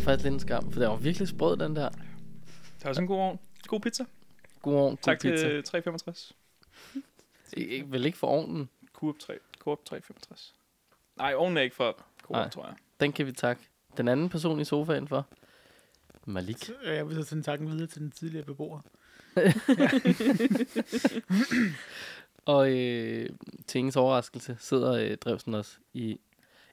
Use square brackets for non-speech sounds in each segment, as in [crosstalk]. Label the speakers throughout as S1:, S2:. S1: faktisk lidt en skam, for det var virkelig sprød, den der.
S2: Det er også en god ovn. God pizza.
S1: God ovn, god
S2: tak øh,
S1: pizza.
S2: til 365.
S1: I, I, vel ikke for ovnen.
S2: Coop 3. Coop 365. Nej, ovnen er ikke fra Coop,
S1: Nej.
S2: tror jeg.
S1: Den kan vi takke den anden person i sofaen for. Malik.
S3: Så, Øh, jeg vil så sende takken videre til den tidligere beboer.
S1: Og øh, til ingens overraskelse sidder øh, Drevsen også i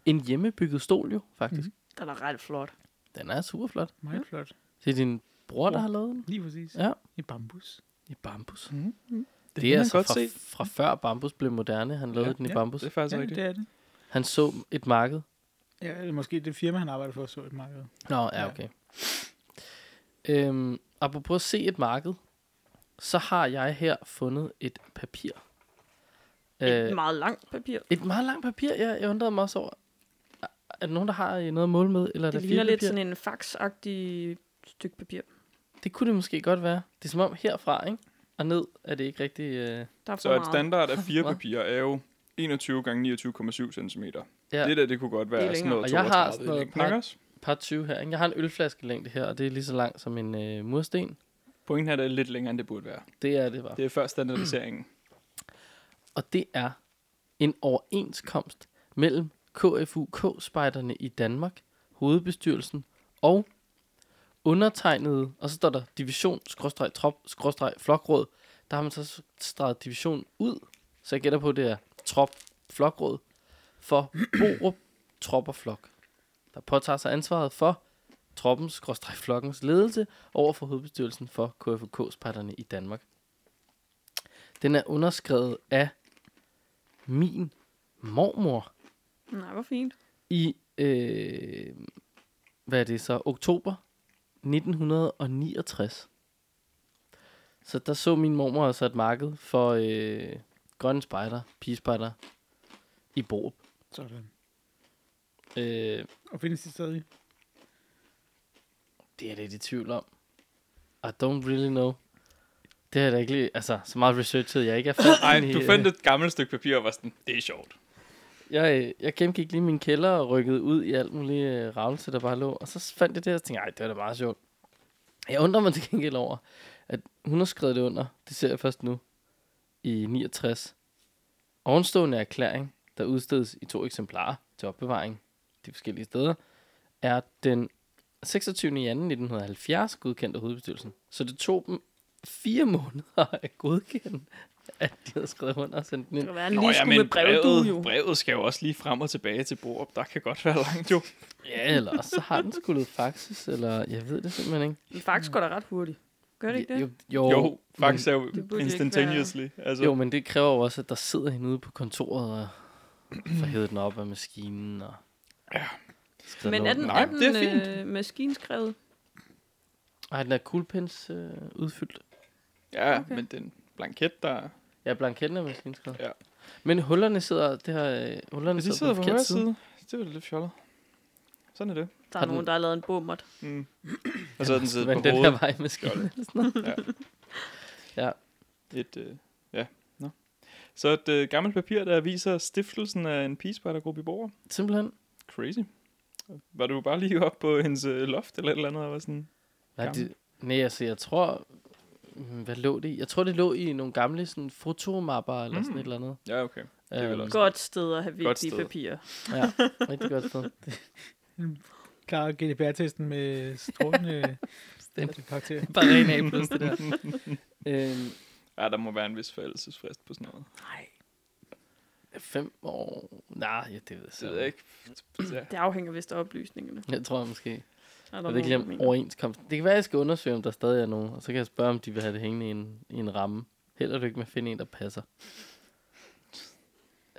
S1: en hjemmebygget stol jo, faktisk.
S2: Mhm.
S1: Mm.
S4: Den er ret flot.
S1: Den er super flot.
S3: Meget flot.
S1: Det er din bror, der
S2: Bror.
S1: har lavet den.
S3: Lige præcis.
S1: Ja.
S3: I bambus.
S1: I bambus.
S2: Mm. Det,
S1: Det,
S2: kan
S1: det er
S2: man
S1: altså
S2: godt
S1: fra,
S2: se.
S1: fra før bambus blev moderne. Han lavede
S2: Ja,
S1: ja, den i
S3: ja,
S1: bambus.
S2: Det er faktisk
S3: ja,
S2: ja,
S3: det
S2: rigtigt.
S3: er det.
S1: Han så et marked.
S3: Ja, eller måske det firma, han arbejder for, så et marked.
S1: Nå, ja,
S3: Ja.
S1: okay. Øhm, apropos at se et marked, så har jeg her fundet et papir.
S4: Et
S1: Øh,
S4: meget langt papir.
S1: et meget langt papir, jeg, jeg undrede mig også over. Er der nogen, der har øh, noget at måle med? Eller er
S4: Det
S1: der
S4: ligner lidt
S1: papir?
S4: sådan en faxagtig stykke papir.
S1: Det kunne det måske godt være. Det er som om herfra, ikke? Og ned er det ikke rigtig... Øh...
S4: Der er for
S2: Så et
S4: meget.
S2: standard af fire
S1: Hvad?
S2: papirer er jo 21 gange 29,7 cm.
S1: Ja.
S2: Ja. Det der, det kunne godt
S4: Det er
S2: være sådan
S4: længere.
S2: noget
S1: Og jeg har
S2: 32
S1: sådan noget
S2: længden, ikke
S1: pak-
S2: også?
S1: Par 20 her, ikke? Jeg har en ølflaskelængde her, og det er lige så langt som en øh, mursten.
S2: Pointen er, at det er lidt længere, end det burde være.
S1: Det er det bare.
S2: Det er før
S1: [clears throat]
S2: standardiseringen.
S1: Og det er en overenskomst mellem KFUK-spejderne i Danmark, hovedbestyrelsen og undertegnede, og så står der division, skråstreg, trop, skråstreg, flokråd. Der har man så streget division ud, så jeg gætter på, at det er trop, flokråd, for Borup, trop og flok, der påtager sig ansvaret for troppens, skråstreg, flokkens ledelse over for hovedbestyrelsen for KFUK-spejderne i Danmark. Den er underskrevet af min mormor
S4: Nej, hvor fint.
S1: i, øh, hvad er det så, oktober 1969. Så der så min mormor altså et marked for øh, grønne spejder, pigespejder i Borup.
S3: Sådan.
S1: Øh,
S3: Og findes de stadig?
S1: det er jeg lidt i tvivl om. I don't really know. Det har jeg da ikke lige, altså, så meget researchet, jeg ikke er fandt.
S2: Nej,
S1: den i,
S2: du
S1: øh,
S2: fandt et gammelt stykke papir og var sådan, det er sjovt.
S1: Jeg, øh, jeg gennemgik lige min kælder og rykkede ud i alt muligt øh, ravelse, der bare lå. Og så fandt jeg det her, og tænkte, ej, det var da meget sjovt. Jeg undrer mig til gengæld over, at hun har skrevet det under. Det ser jeg først nu. I 69. Ovenstående erklæring, der udstedes i to eksemplarer til opbevaring de forskellige steder, er den 26. januar 1970 godkendt af hovedbestyrelsen. Så det tog dem fire måneder at godkende, at de havde skrevet under og sendt den
S4: Det
S1: ind.
S4: kan være, han lige skulle med brevet, jo.
S2: brevet, brevet skal jo også lige frem og tilbage til Borup. Der kan godt være langt jo.
S1: Ja, eller også så har den skulle faxes, eller jeg ved det simpelthen ikke.
S4: Men fax går da ret hurtigt. Gør det ikke det?
S1: Jo, jo,
S2: Jo, faktisk er jo
S4: det burde ikke
S2: instantaneously. Altså,
S1: men, jo, men det kræver jo også, at der sidder hende ude på kontoret og får hævet den op af maskinen. Og ja.
S4: Men er den,
S2: Nej,
S4: er den
S2: det er fint.
S4: Øh, maskinskrevet?
S1: Ej, den er kuglepens øh, udfyldt.
S2: ja,
S4: okay.
S2: men den blanket, der...
S1: Ja, blanketten er maskinskrevet.
S2: Ja.
S1: Men hullerne sidder, det her, øh, hullerne
S2: De
S1: sidder
S2: sidder
S1: på
S2: på
S1: den
S2: højre
S1: forkerte side.
S2: side. Det er jo lidt fjollet. Sådan er det.
S4: Der
S1: Har
S4: er
S1: den-
S4: nogen, der har lavet en bummert.
S2: Mm. Og så er den siddet på
S1: Men den her
S2: hovedet.
S1: vej maskinen.
S2: Et, øh, ja, no. Så et øh, gammelt papir, der viser stiftelsen af en pigespejdergruppe i Borup.
S1: [laughs] Simpelthen.
S2: Crazy. Var du bare lige oppe på hendes øh, loft eller et eller andet, og var sådan...
S1: Nej,
S2: Gammel.
S1: det, nej, altså, jeg tror... mm, Hvad lå det i? Jeg tror, det lå i nogle gamle sådan, fotomapper eller sådan
S2: Mm.
S1: et eller andet.
S2: Ja, okay. er vel
S1: Øhm,
S2: også-
S4: Godt sted at have
S2: Godt
S4: vigtige
S2: sted.
S4: papirer.
S1: Ja, rigtig godt sted.
S3: Klarer GDPR-testen med strålende karakter.
S1: [laughs] Bare ren A plus, det der. [laughs] øhm,
S2: Ja, der må være en vis forældelsesfrist på sådan noget.
S4: Nej.
S1: fem år... Nej, ja, det ved jeg
S2: Det ved jeg ikke. Ja.
S4: Det afhænger vist af oplysningerne.
S1: Jeg tror jeg måske.
S4: Er der
S1: Jeg ved ikke
S4: nogen,
S1: lige om
S4: der mener?
S1: overenskomsten. Det kan være, jeg skal undersøge, om der stadig er nogen. Og så kan jeg spørge, om de vil have det hængende i en, i en ramme. Held og lykke med at finde en, der passer.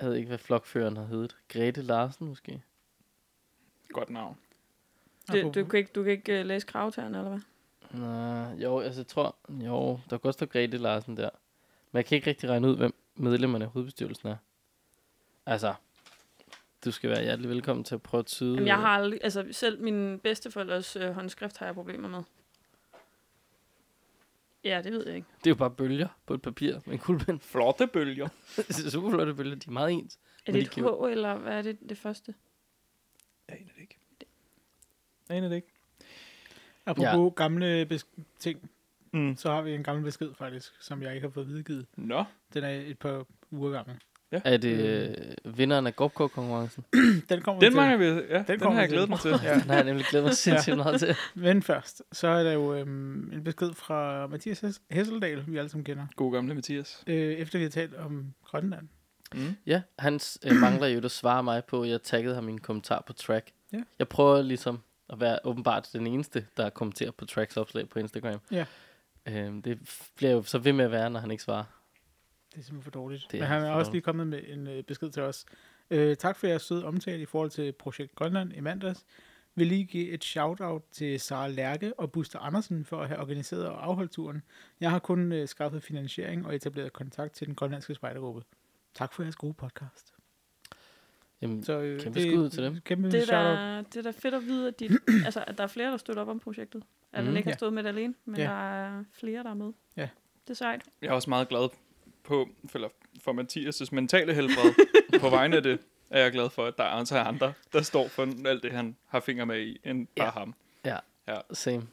S1: Jeg ved ikke, hvad flokføreren har heddet. Grete Larsen måske?
S2: Godt navn.
S4: Du, du, kan ikke, du kan ikke uh, læse kravtagerne, eller hvad?
S1: Nej, jo, altså jeg tror... Jo, der kan godt stå Grete Larsen der. Men jeg kan ikke rigtig regne ud, hvem medlemmerne af hovedbestyrelsen er. Altså, du skal være hjertelig velkommen til at prøve at tyde...
S4: Jamen, jeg har aldrig, altså selv min bedsteforældres øh, håndskrift har jeg problemer med. Ja, det ved jeg ikke.
S1: Det er jo bare bølger på et papir med en kuglepen.
S2: Flotte bølger.
S1: det [laughs] er super flotte bølger, de er meget ens.
S4: Er
S1: Men de
S4: det et H,
S1: kan jo-
S4: eller hvad er det det første?
S2: Jeg aner det ikke. Jeg aner det ikke.
S3: Apropos ja. gamle bes- ting,
S2: Mm.
S3: så har vi en gammel besked faktisk, som jeg ikke har fået videregivet.
S2: Nå,
S3: Den er et par uger gammel. [clears throat]
S1: Er det øh, vinderen af Gopco-konkurrencen?
S3: Den kommer vi
S2: den
S3: til.
S2: mangler vi. Ja, den, den
S3: kommer
S2: har jeg
S3: til.
S2: glædet mig til.
S3: [laughs] Ja.
S1: [laughs] Den har jeg nemlig glædet mig sindssygt meget til.
S3: Men først, så er der jo øhm, en besked fra Mathias Hes- Hesseldal, vi alle sammen kender,
S2: God gamle Mathias.
S3: øh, efter vi har talt om Grønland.
S2: Mm.
S1: Ja, han øh, mangler jo at svare mig på, at jeg taggede ham i en kommentar på track.
S3: Ja.
S1: Jeg prøver ligesom at være åbenbart den eneste, der kommenterer på tracks opslag på Instagram.
S3: Ja.
S1: Øhm, det bliver jo så ved med at være, når han ikke svarer.
S3: Det er simpelthen for dårligt.
S1: Det
S3: Det
S1: er
S3: Men han er
S1: for
S3: også
S1: dårligt.
S3: lige kommet med en øh, besked til os. Øh, tak for jeres søde omtale i forhold til Projekt Grønland i mandags. Vil lige give et shout-out til Sara Lærke og Buster Andersen for at have organiseret og afholdt turen. Jeg har kun øh, skaffet finansiering og etableret kontakt til den grønlandske spejdergruppe. Tak for jeres gode podcast.
S1: Jamen,
S3: Så, øh,
S1: Mm, Kæmpe skud til dem.
S3: Kæmpe
S4: Det er,
S3: Mm, shout-out.
S4: da, det er da fedt at
S3: [clears throat]
S4: vide, at, de, altså, at der er flere, der støtter op om projektet. At mm,
S1: Mm.
S4: den ikke har
S3: Ja.
S4: stået med det alene, men
S3: Ja.
S4: der er flere, der er med.
S3: Ja.
S4: Det er sejt.
S2: Jeg er også meget glad på, for, for Mathias' mentale helbred. [laughs] på vegne af det er jeg glad for, at der er altså andre, der står for alt det, han har fingre med i, end bare
S1: Ja.
S2: ja. ham.
S1: same.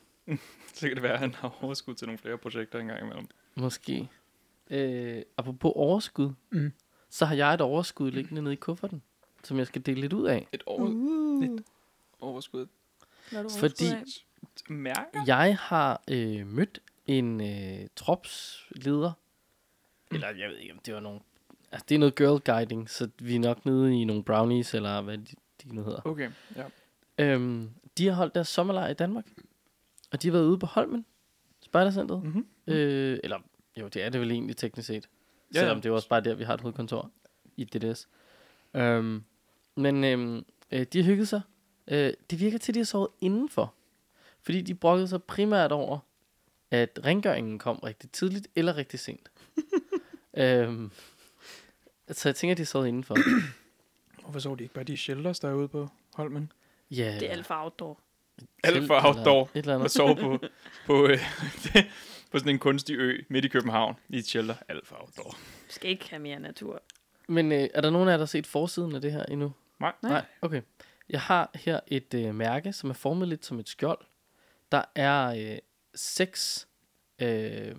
S2: Så kan det være, at han har overskud til nogle flere projekter engang imellem.
S1: Måske. Øh, apropos overskud,
S3: Mm.
S1: så har jeg et overskud liggende nede i kufferten, som jeg skal dele lidt ud af.
S2: Et over,
S4: Uh,
S2: overskud.
S4: når du
S1: Fordi-
S4: Fordi... Af.
S2: Mærker?
S1: Jeg har øh, mødt en øh, tropsleder, eller jeg ved ikke, om det var nogen... Altså, det er noget girl guiding, så vi er nok nede i nogle brownies, eller hvad de, de nu hedder.
S2: Okay, ja.
S1: Øhm, de har holdt deres sommerlejr i Danmark, og de har været ude på Holmen, Spejdercenteret.
S2: Mm-hmm.
S1: Øh, eller, jo, det er det vel egentlig teknisk set. Ja,
S2: Ja,
S1: selvom
S2: ja.
S1: det er jo også bare der, vi har et hovedkontor i DDS. Øhm, men øhm, øh, de har hygget sig. Øh, det virker til, at de har sovet indenfor. Fordi de brokkede sig primært over, at rengøringen kom rigtig tidligt eller rigtig sent.
S2: [laughs]
S1: øhm, så jeg tænker, at de har sovet indenfor.
S2: Hvorfor så de ikke bare de shelters, der er ude på Holmen?
S1: Ja,
S4: Det er alfa outdoor.
S2: Alt for
S1: telt eller
S2: outdoor.
S1: Et eller
S2: Og
S1: andet.
S2: sove på, på, øh, [laughs] på sådan en kunstig ø midt i København i et shelter. Alt for outdoor.
S4: Vi skal ikke have mere natur.
S1: Men øh, er der nogen af jer, der har set forsiden af det her endnu?
S2: Nej.
S4: Nej.
S1: Nej, okay. Jeg har her et øh, mærke, som er formet lidt som et skjold. Der er øh, seks... Øh,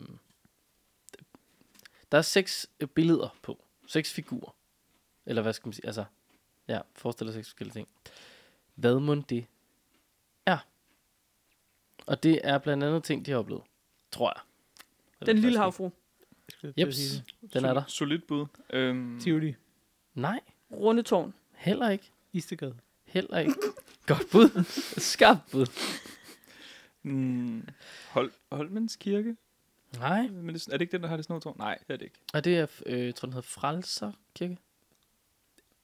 S1: der er seks øh, billeder på. Seks figurer. Eller hvad skal man sige? Altså, ja, forestil dig seks forskellige ting. Hvad må det er? Og det er blandt andet ting, de har oplevet. Tror jeg. Jeg
S4: Den
S1: ved
S4: lille
S1: faktisk
S4: havfru.
S3: Jeg skulle til at sige
S1: Jeps, Mm.
S3: det.
S1: den er der.
S2: Solid bud. Øhm,
S3: Tivoli,
S1: Nej,
S4: Runde tårn.
S1: heller ikke.
S3: Istegade.
S1: Heller ikke. Godt bud. Skarpt bud.
S2: mm, Hol, Holmens Kirke?
S1: Nej.
S2: Men det, er det ikke den, der har det snotår? Nej, det er det ikke.
S1: Og det er, øh, jeg tror, den hedder Frelser Kirke.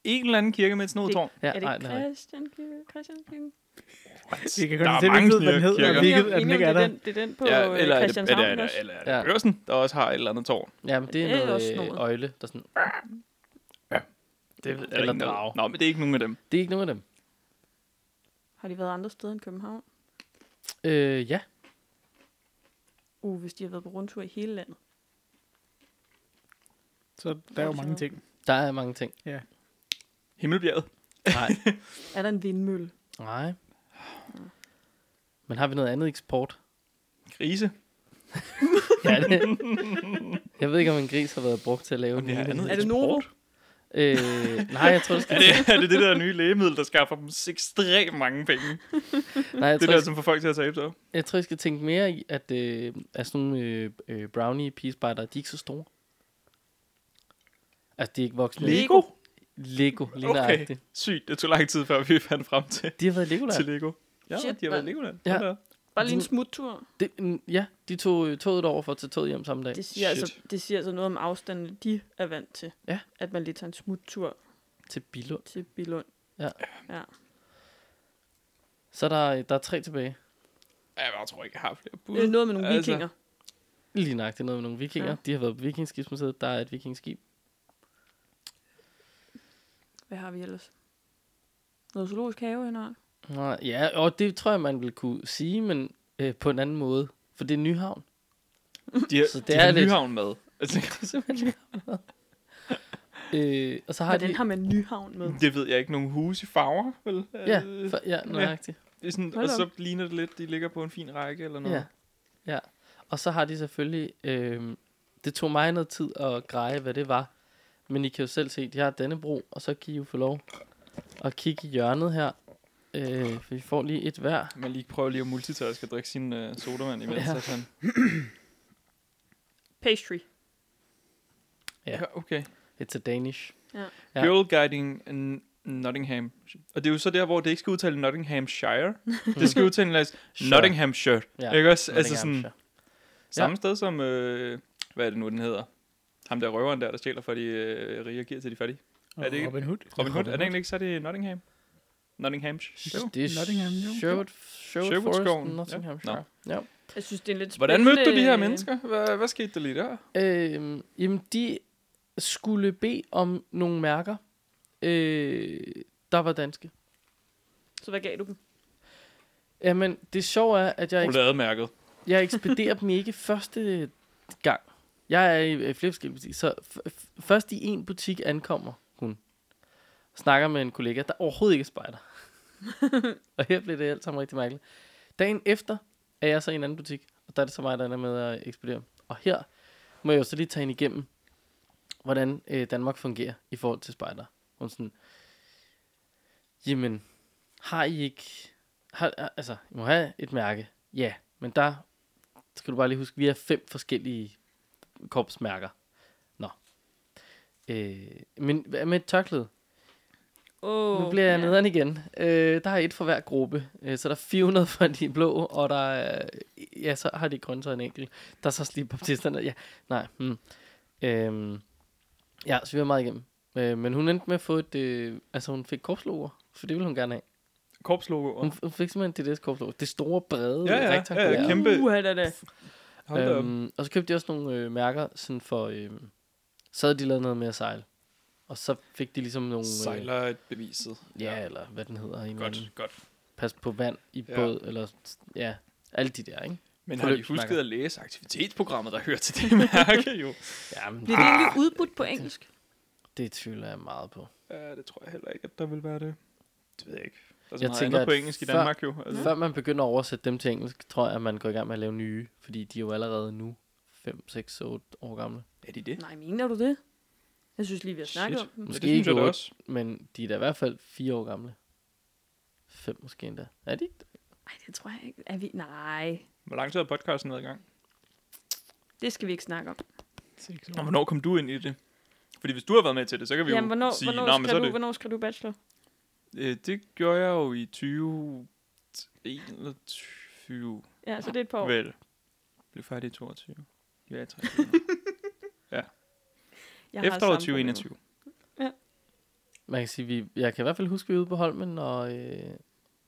S2: En eller anden kirke med et snotår.
S1: Ja,
S4: er det
S1: nej,
S4: ikke
S1: nej.
S4: Christian Kirke? Christian Kirke?
S3: Vi kan
S2: Der
S3: kun
S2: er
S3: se,
S2: mange
S3: hvad den hedder,
S2: kirker.
S3: og hvilket, at den
S4: Enig om,
S3: ikke er
S4: det
S3: der.
S4: den, det er den på øh,
S2: Ja,
S1: øh,
S2: eller er det, er det,
S4: Christianshavn
S2: er det,
S4: også.
S2: er det, er det
S1: Ja.
S2: børsen, der også har et eller andet tårn?
S1: Ja, men det
S4: Det er
S1: er
S4: også
S1: noget
S4: noget.
S1: øh, øjle, der sådan...
S2: Ja.
S1: Det
S2: Er
S1: ved,
S2: der
S1: eller
S2: ikke noget?
S1: drage.
S2: Nå, men det er ikke nogen af dem.
S1: Det er ikke nogen af dem.
S4: Har de været andre steder end København?
S1: Øh, ja.
S4: Uh, hvis de har været på rundtur i hele landet.
S3: Så der er jo mange ting.
S1: Der er mange ting.
S2: Himmelbjerget.
S1: Nej.
S4: Er der en vindmølle?
S1: Nej. Men har vi noget andet eksport?
S2: Grise. [laughs]
S1: Ja, det. Jeg ved ikke, om en gris har været brugt til at lave
S2: Om
S1: en
S2: det er
S1: lille-
S2: andet
S4: Er det
S2: eksport?
S4: Novo?
S1: Øh, nej, jeg tror, det skal...
S2: Er [laughs] det, er det det der nye lægemiddel, der skaffer dem ekstremt mange penge?
S1: Nej, jeg
S2: Det
S1: tror,
S2: der,
S1: jeg,
S2: som får folk til at tabe sig.
S1: jeg, tror, jeg skal tænke mere i, at, øh, at sådan nogle øh, øh, brownie peace spider, de er ikke så store. Altså, de er ikke voksne.
S4: Lego?
S1: Lego, lige
S2: Okay.
S1: nøjagtigt.
S2: Sygt, det tog lang tid, før vi fandt frem til,
S1: De har været i Legoland.
S2: til Lego. Ja,
S4: Shit,
S2: Shit, de har været i
S4: mand.
S2: Legoland.
S1: Ja.
S2: Hold da op.
S4: Bare lige en
S1: Det-
S4: smuttur.
S1: Det, mm, ja, de tog øh, toget over for at tage toget hjem samme dag.
S4: Det siger,
S2: Shit.
S4: altså, det siger altså noget om afstanden, de er vant til.
S1: Ja.
S4: At man lige tager en smuttur
S1: Til Bilund.
S4: til Bilund.
S1: Så er der, der er tre tilbage.
S2: Ja, Jeg tror ikke, jeg har flere bud.
S4: Det er noget med nogle
S2: Altså,
S4: altså. vikinger.
S1: Lige nøjagtigt noget med nogle vikinger. Ja.
S4: Ja.
S1: De har været på vikingskibsmuseet. Der er et vikingskib.
S4: Hvad har vi ellers? Noget zoologisk have, han har.
S1: Nå, ja, og det tror jeg, man vil kunne sige, men øh, på en anden måde. For det er Nyhavn.
S2: De har,
S1: Så det
S2: de
S1: er
S2: har
S1: lidt-
S2: Nyhavn med. Altså, [laughs]
S1: Det er simpelthen Nyhavn. øh, og så har
S4: Hvordan
S1: de...
S4: har man Nyhavn med?
S2: det ved jeg ikke. Nogle huse i farver, vel?
S1: Ja,
S2: Øh,
S1: for, ja, nøjagtigt.
S2: Det er sådan,
S4: Hold
S2: og så ligner det lidt, de ligger på en fin række eller noget.
S1: Ja. ja. Og så har de selvfølgelig... Øh, det tog mig noget tid at greje, hvad det var. Men I kan jo selv se, de har Dannebro, og så kan I jo få lov at kigge i hjørnet her. Øh, for vi får lige et hver.
S2: Man lige prøver lige at multitaske og drikke sin øh, sodavand imens.
S1: Ja.
S2: Ja. Sådan.
S4: Pastry.
S1: Ja.
S2: Ja. Okay.
S1: It's a Danish. Ja.
S2: Ja. Girl Guiding in Nottingham. Og det er jo så der, hvor det ikke skal
S1: [laughs]
S2: udtale Nottinghamshire. det skal udtales Nottinghamshire.
S1: Ja,
S2: Ja. Ikke også? Altså sådan,
S1: Nottinghamshire.
S2: samme sted som, øh, hvad er det nu, den hedder? Ham der røveren der, der stjæler fra de øh, rige og giver til de fattige.
S3: Og
S2: Er det ikke-
S3: Robin Hood.
S2: Robin
S1: Robin
S2: Hood, er det
S1: Hood.
S2: egentlig ikke så er det Nottingham? Nottinghamshire.
S1: Det er
S3: Nottingham, jo.
S1: Sherwood, Sherwood,
S2: Sherwood
S1: Sherwood Forest,
S2: Skoven, ja.
S1: Nottinghamshire. Ja.
S4: Jeg synes, det er en lidt
S2: Hvordan mødte du de her
S4: spændende-
S2: mennesker? Hvad, hvad skete der lige der?
S1: Øhm, jamen, de skulle bede om nogle mærker, øh, der var danske.
S4: øh, Så hvad gav du dem?
S1: Jamen, det sjove er, at jeg, eks-
S2: Chokolademærket.
S1: jeg ekspederer dem ikke første gang. Jeg er i øh, flere forskellige butikker, så f- f- først i en butik ankommer hun. Snakker med en kollega, der overhovedet ikke er spejder. og her blev det alt sammen rigtig mærkeligt. Dagen efter er jeg så i en anden butik, og der er det så mig, der er med at ekspedere. Og her må jeg jo så lige tage hende igennem, hvordan øh, Danmark fungerer i forhold til spejder. Hun er sådan, jamen, har I ikke, har, har- altså, I må have et mærke. Ja, men der skal du bare lige huske, vi har fem forskellige korpsmærker. Nå. Øh, men hvad med et tørklæde?
S4: Åh,
S1: Nu bliver jeg
S4: ja.
S1: nederen igen. Øh, der er et for hver gruppe, øh, så der er 400 for de blå, og der er, ja, så har de grønne så en enkelt. Der er så også lige baptisterne, ja, nej. Hmm. Øhm, ja, så vi var meget igennem. Øh, men hun endte med at få et, øh, altså hun fik korpsloger, for det ville hun gerne have.
S2: Korpslogoer.
S1: Hun, hun fik simpelthen det der korpsloger, det store, brede,
S2: Ja, ja, ja, ja,
S1: rektangulære.
S2: kæmpe.
S4: Uha, da, da.
S2: Hold da op.
S1: Øhm, og så købte de også nogle øh, mærker, sådan for, øh, så havde de lavet noget med at sejle. Og så fik de ligesom nogle, øh,
S2: Sejler et beviset.
S1: ja, eller hvad den hedder, en eller anden-
S2: Godt, godt.
S1: pas på vand i
S2: Ja.
S1: båd, eller ja, alle de der, ikke?
S2: Men har de
S1: Forløbsmærker.
S2: husket at læse aktivitetsprogrammet, der hører til det [laughs] mærke jo?
S1: Ja, men
S4: Bliver
S2: Ah.
S4: det egentlig udbudt på engelsk?
S1: det tvivler jeg meget på.
S2: Ja, det tror jeg heller ikke, at der vil være det. Det ved jeg ikke. Der er
S1: Jeg
S2: så jeg meget
S1: tænker,
S2: andet på
S1: at
S2: engelsk i
S1: før-
S2: Danmark jo.
S1: Ja.
S2: Altså.
S1: Før man begynder at oversætte dem til engelsk, tror jeg, at man går i gang med at lave nye, fordi de er jo allerede nu 5, 6, 8 år gamle.
S2: Er de det?
S4: Nej, mener du det? Jeg synes lige, vi har snakket
S2: Shit.
S4: om dem.
S1: Måske
S2: Måske ja, det synes
S1: ikke
S2: jeg da
S1: otte.
S2: også.
S1: Men de er da i hvert fald 4 år gamle. 5 måske endda. Er de ikke det?
S4: Nej, det tror jeg ikke. Er vi? Nej,
S2: Hvor lang tid har podcasten været i gang?
S4: det skal vi ikke snakke om.
S3: Seks
S2: Og
S3: år.
S2: hvornår kom du ind i det? Fordi hvis du har været med til det, så kan vi
S4: Jamen,
S2: jo
S4: hvornår,
S2: sige,
S4: hvornår,
S2: "Nå, men
S4: skrev
S2: så er
S4: du,
S2: det.
S4: hvornår skrev du bachelor?
S2: Øh, det gjorde jeg jo i 2021.
S4: Ja, så det er et par år.
S2: Vel. Blev færdig i 22. Ja, 23.
S4: Jeg har
S2: Efteråret
S4: samme problem.
S2: 2021.
S1: Man kan sige, vi, jeg kan i hvert fald huske, at vi er ude på Holmen og, øh,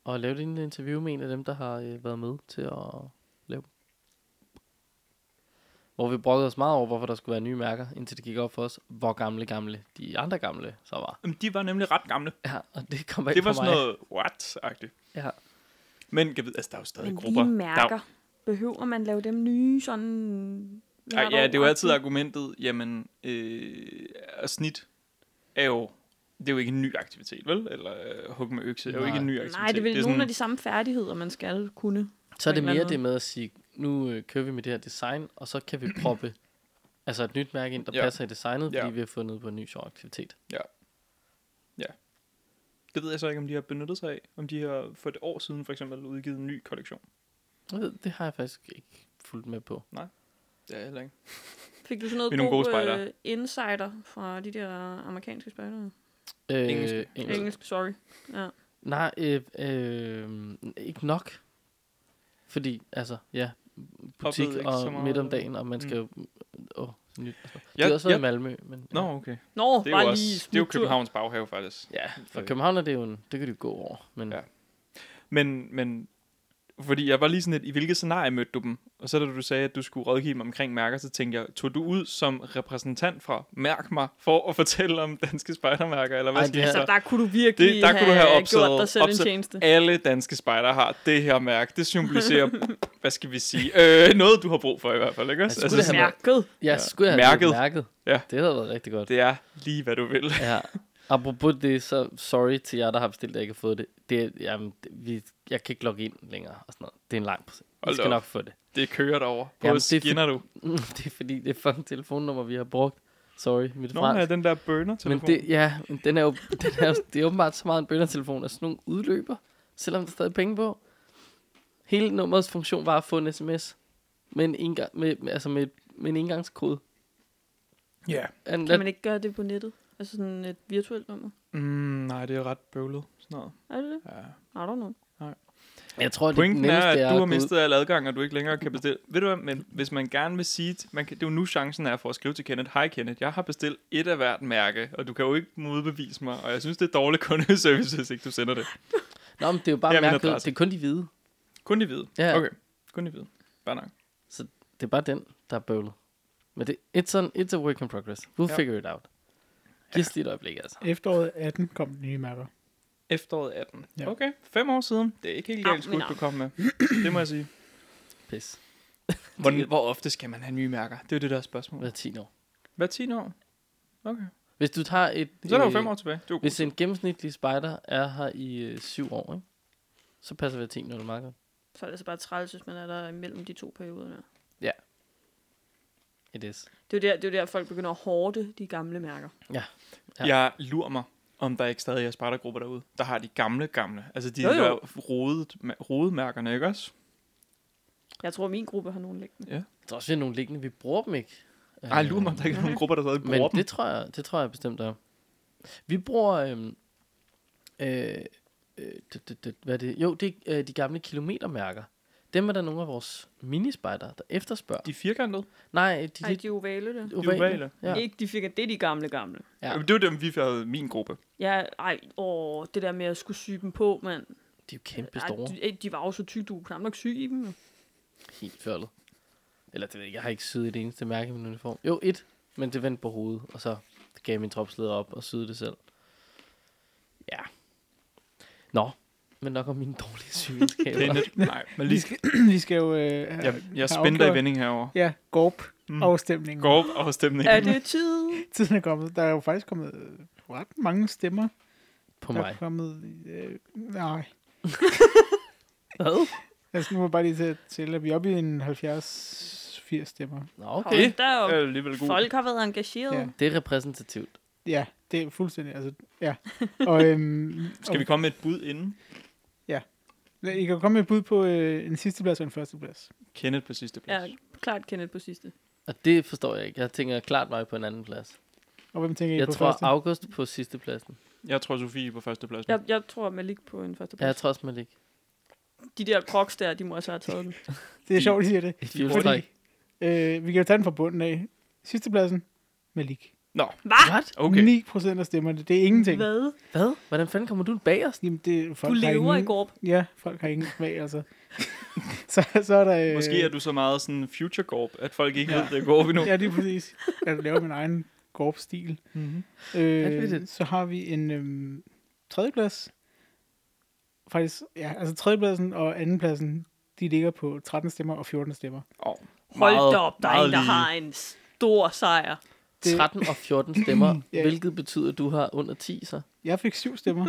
S1: og lave et interview med en af dem, der har øh, været med til at lave dem. Hvor vi brokkede os meget over, hvorfor der skulle være nye mærker, indtil det gik op for os, hvor gamle gamle de andre gamle så var.
S2: Jamen, de var nemlig ret gamle.
S1: Ja, og det kom bag
S2: Det
S1: på
S2: var sådan
S1: mig.
S2: noget what-agtigt.
S1: Ja.
S2: Men jeg ved, altså, der er jo stadig
S4: Men
S2: grupper.
S4: de
S2: Der er jo-
S4: mærker, behøver man lave dem nye sådan...
S2: Ej,
S4: hvert
S2: ja,
S4: år?
S2: det er jo altid argumentet, jamen, øh, og snit er jo, det er jo ikke en ny aktivitet, vel? Eller øh, hug med økse er jo
S1: Nej.
S2: ikke en ny aktivitet.
S4: Nej, det er vel
S2: sådan,
S4: nogle af de samme færdigheder, man skal kunne.
S1: Så er
S4: på
S1: det
S4: en eller
S1: mere
S4: anden
S1: det med at sige, nu øh, kører vi med det her design, og så kan vi [clears throat] proppe altså et nyt mærke ind, der
S2: Ja.
S1: passer i designet, fordi
S2: Ja.
S1: vi har fundet på en ny sjov aktivitet.
S2: Det ved jeg så ikke, om de har benyttet sig af. Om de har for et år siden for eksempel udgivet en ny kollektion.
S1: Jeg ved, Det har jeg faktisk ikke fulgt med på.
S2: Ja, heller ikke.
S4: Fik du sådan noget
S2: Vi er nogle gode
S4: god
S2: spejdere.
S4: øh, insider fra de der amerikanske spejdere?
S1: Øh,
S2: Engelske.
S1: engelsk.
S4: Engelsk, sorry. Ja.
S1: Nej, øh, øh, ikke nok. Fordi, altså, ja, butik
S2: Oplevede ikke så
S1: og
S2: meget,
S1: midt om
S2: eller? Mm.
S1: dagen, og man skal jo... Åh, nyt. Altså.
S2: Ja,
S1: det er også været
S2: ja.
S1: i Malmø, men...
S2: Nå, okay.
S4: Nå,
S2: Det er
S4: bare
S2: jo,
S4: lige
S2: også, det er jo
S4: smut tur.
S2: Københavns baghave, faktisk.
S1: Ja, for København er det jo en... Det kan du gå over, men... Ja.
S2: Ja. Men, men fordi jeg var lige sådan lidt, i hvilket scenarie mødte du dem? Og så da du sagde, at du skulle rådgive dem omkring mærker, så tænkte jeg, tog du ud som repræsentant fra Mærk mig for at fortælle om danske spejdermærker, eller hvad
S1: Ej,
S2: skal
S1: det
S2: jeg
S1: er-
S4: Altså,
S2: så?
S4: der kunne du virkelig
S2: Det- der
S4: have,
S2: kunne du have opsat-
S4: gjort dig selv
S2: opsat-
S4: en tjeneste.
S2: Alle danske spejder har det her mærke. Det symboliserer,
S1: [laughs]
S2: hvad skal vi sige, øh, noget du har brug for i hvert fald, ikke også? Altså
S1: Jeg skulle
S2: sådan,
S1: have
S4: Mærket.
S1: Jeg skulle have
S2: Mærket.
S1: mærket.
S2: Ja.
S1: Det havde været rigtig godt.
S2: det er lige, hvad du vil.
S1: Ja. Apropos det, så sorry til jer, der har bestilt, at jeg ikke har fået det. det er- jamen, det- vi, jeg kan ikke logge ind længere og sådan noget. Det er en lang proces. Vi
S2: Hold
S1: skal
S2: da op.
S1: nok få det. [laughs]
S2: Det kører derovre.
S1: Jamen,
S2: På Jamen,
S1: det er
S2: skinner du.
S1: det er fordi, det er fucking telefonnummer, vi har brugt. Sorry, mit
S2: Nå, ja,
S1: fransk.
S2: den der burner
S1: Men
S2: telefon.
S1: det, ja, men den er jo, [laughs] den er jo, det er åbenbart så meget en bøndertelefon, at sådan nogle udløber, selvom der er stadig er penge på. Hele nummerets funktion var at få en sms med en, engang, med, med, altså med, med en engangskode.
S2: Ja.
S1: And
S4: Kan man ikke gøre det på nettet? Altså sådan et virtuelt nummer?
S2: Mm, nej, det er ret bøvlet. Sådan noget.
S4: Er det det?
S2: Ja.
S4: I don't know.
S1: jeg tror, det
S2: Pointen er,
S1: nemmeste
S2: at du
S1: gå
S2: har
S1: ud-
S2: mistet al adgang, og du ikke længere kan bestille. Ved du hvad, men hvis man gerne vil sige, t- man kan, det er jo nu chancen er for at skrive til Kenneth, hej Kenneth, jeg har bestilt et af hvert mærke, og du kan jo ikke modbevise mig, og jeg synes, det er dårlig [laughs] kundeservice, hvis ikke du sender det.
S1: Nå, men det er jo bare
S2: Ja, min
S1: mærket. Det
S2: adresse.
S1: er kun de hvide.
S2: Kun de hvide.
S1: Ja.
S2: Okay, kun de hvide. Bare nok.
S1: Det er bare den, der er bøvlet. Men det, it's, an, it's a work in progress. We'll
S2: Ja.
S1: figure it out. Giv os lige et øjeblik, altså.
S3: Efteråret 18 kom den nye mærker.
S2: Efteråret 18.
S3: Ja.
S2: Ja. Okay, fem år siden. Det er ikke helt
S4: Au,
S2: galt
S4: min
S2: skud,
S4: arm.
S2: du kom med. Det må jeg sige.
S1: Pis.
S2: Hvor, hvor ofte skal man have nye mærker? Det er jo det, der er spørgsmålet.
S1: Hver 10 år.
S2: Hver 10 år? Okay.
S1: Hvis du tager et...
S2: Så er der jo
S1: øh,
S2: fem år tilbage. Det er jo
S1: Hvis en gennemsnitlig spejder er her i øh, syv år, ikke? så passer hver 10 noget meget godt.
S4: Så er det altså bare træls, hvis man er der imellem de to perioder der.
S1: It is.
S4: Det er jo der, det er jo der folk begynder at hårde de gamle mærker.
S1: Ja.
S2: Ja. Jeg lurer mig, om der ikke stadig er spartagrupper derude, der har de gamle, gamle. Altså de
S4: Jo,
S2: jo,
S4: jo.
S2: jo. rodet, rodemærkerne, ikke også?
S4: Jeg tror, min gruppe har nogen liggende.
S1: Jeg tror også, vi har nogle liggende. Vi bruger dem ikke.
S2: Nej, jeg lurer mig, om der ikke er nogen grupper, der stadig
S1: Men
S2: bruger dem.
S1: det tror, jeg, det tror jeg bestemt der. er. Vi bruger... Øhm, øh, øh, det, det, det, hvad er det? Jo, det er øh, de gamle kilometermærker. Dem er der nogle af vores minispejder, der efterspørger.
S2: De er firkantede.
S1: Nej, de,
S4: Ej,
S1: de,
S4: de er ovale der.
S1: de
S2: ovale.
S1: Ja.
S4: Ja. Ikke de fik, det er de gamle gamle.
S1: Ja.
S2: Ja. Det var dem, vi havde min gruppe.
S4: Ja, ej, åh, det der med at skulle sy dem på, mand.
S1: De er jo kæmpe
S4: Ej,
S1: store.
S4: de, de, var jo så tykke, du kunne knap nok sy i dem. jo.
S1: Helt fjollet. Eller det ved jeg, ikke, jeg har ikke syet et eneste mærke i min uniform. Jo, et, men det vendte på hovedet, og så gav min tropsleder op og syede det selv. Ja. Nå, men nok om mine dårlige sygeskaber.
S2: Kenneth. Nej,
S4: [laughs]
S2: men
S3: Vi
S2: lige...
S3: skal, [clears throat] vi skal jo... Øh, have-
S2: Jeg, jeg
S3: have
S2: spændte i
S3: afgjort-
S2: vending herover.
S3: Ja, gorp
S2: Mm.
S3: afstemningen.
S2: Går op afstemning.
S4: Er det tid?
S3: Tiden er kommet. Der er jo faktisk kommet øh, ret mange stemmer.
S1: på
S3: der er [laughs]
S1: mig.
S3: kommet... Øh, nej.
S1: Hvad?
S3: Altså, nu må jeg bare lige til, til at vi er oppe i en 70-80 stemmer.
S1: Nå, okay.
S4: Hold da op.
S2: er alligevel god.
S4: Folk har været engageret.
S3: Ja.
S4: Ja.
S1: Det er repræsentativt.
S3: Ja, det er fuldstændig, altså, ja.
S2: [laughs]
S3: Og, øhm,
S2: Skal vi komme med et bud inden?
S3: og, I kan jo komme med et bud på øh, en sidste plads og en første plads.
S2: Kenneth på sidste plads.
S4: ja, klart Kenneth på sidste.
S1: Og det forstår jeg ikke. Jeg tænker klart mig på en anden plads.
S3: Og hvem tænker I
S1: Jeg
S3: på
S1: tror
S3: første?
S1: August på sidste pladsen.
S2: Jeg tror, Sofie på første plads.
S4: Jeg, jeg tror Malik på en første
S1: Ja, jeg
S4: plads.
S1: tror også Malik.
S4: De der crocs der, de må altså have
S3: [laughs]
S4: taget den.
S3: Det er sjovt, I siger det.
S1: I
S3: Fordi-
S1: fjolstræk.
S3: Øh, vi kan jo tage den fra bunden af. Sidste pladsen, Malik.
S1: What?
S2: Okay.
S3: 9 procent af stemmerne, det er ingenting.
S4: Hvad?
S1: Hvad? Hvordan fanden kommer du bag os?
S3: Jamen, det, folk
S4: Du
S3: har
S4: lever i
S3: ingen,
S4: går.
S3: Ja, folk har ingen smag, altså. [laughs] så, så er der... Øh,
S2: Måske er du så meget sådan future gorp, at folk ikke ved, det går vi nu.
S3: Ja, lige præcis. Jeg laver min egen gorp-stil.
S2: Mm-hmm.
S3: Øh,
S1: Vanvittigt.
S3: så har vi en øhm, tredjeplads. Faktisk, ja, altså tredjepladsen og andenpladsen, de ligger på 13 stemmer og 14 stemmer.
S2: Oh,
S4: Hold da op, der er en, der har en stor sejr.
S3: Det-
S1: 13 og 14 stemmer,
S3: Ja.
S1: hvilket betyder, at du har under 10, så?
S3: Jeg fik
S2: [laughs]
S3: 7 stemmer.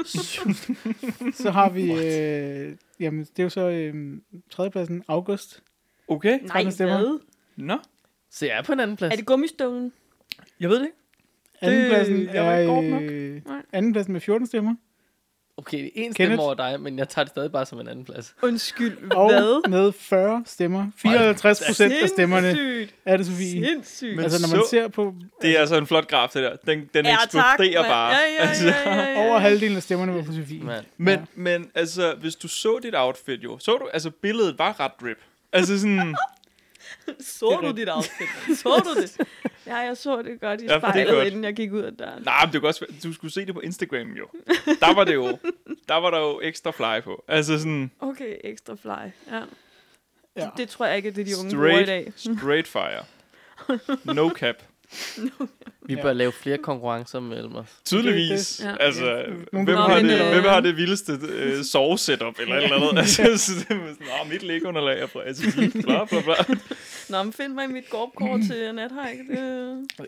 S3: så har vi, øh, jamen, det er jo så øhm, tredjepladsen, August.
S2: Okay.
S4: Nej,
S3: 13 stemmer.
S4: hvad?
S2: Nå,
S1: Så jeg er på en anden plads.
S4: Er det gummistøvlen?
S2: jeg ved det ikke.
S3: Andenpladsen
S2: jeg var ikke god
S3: er...
S2: nok.
S3: Øh,
S4: Nej.
S3: andenpladsen med 14 stemmer.
S1: Okay, det er en
S3: Kenneth?
S1: stemme over dig, men jeg tager det stadig bare som en anden plads.
S4: Undskyld,
S3: Og
S4: hvad?
S3: med 40 stemmer. 54 procent af stemmerne
S4: Sindssygt,
S3: er det, Sofie.
S4: sindssygt.
S2: Men
S3: Altså, når man
S2: så-
S3: ser på
S2: Det er altså en flot graf, det der. Den, den
S4: Ja, tak,
S2: eksploderer
S4: mand.
S2: bare.
S4: Ja, ja,
S2: Altså,
S4: ja, ja, ja.
S3: over halvdelen af stemmerne var på Sofie.
S1: Man.
S2: Men,
S3: Ja.
S2: ja. men altså, hvis du så dit outfit jo, så du, altså billedet var ret drip. Altså
S4: [laughs]
S2: sådan,
S4: Så
S3: Det er
S4: du
S3: rigtigt.
S4: dit outfit? Så du det? Ja, jeg så det godt i
S2: Ja, for det er
S4: spejlet,
S2: godt.
S4: inden jeg gik ud af døren.
S2: nej, men det kunne også, være- du skulle se det på Instagram jo. Der var det jo, der var der jo ekstra fly på. Altså sådan,
S4: Okay, ekstra fly. Ja.
S3: Ja.
S4: Det tror jeg ikke, det er de unge bruger i dag.
S2: straight, straight fire. No cap.
S1: Vi
S3: Ja.
S1: bør lave flere konkurrencer mellem os.
S2: Tydeligvis.
S4: Ja.
S2: Altså,
S3: Ja.
S2: hvem,
S3: Nogen,
S4: der
S2: har
S4: har
S2: det,
S4: vundet,
S2: hvem
S4: øh,
S2: har det vildeste øh, sove-setup eller et eller andet? Altså, så det er sådan, "Nå, mit lægunderlag er fra SSI, bla bla [laughs] bla.
S4: Nå, men find mig mit gorpkort til nathike. Det...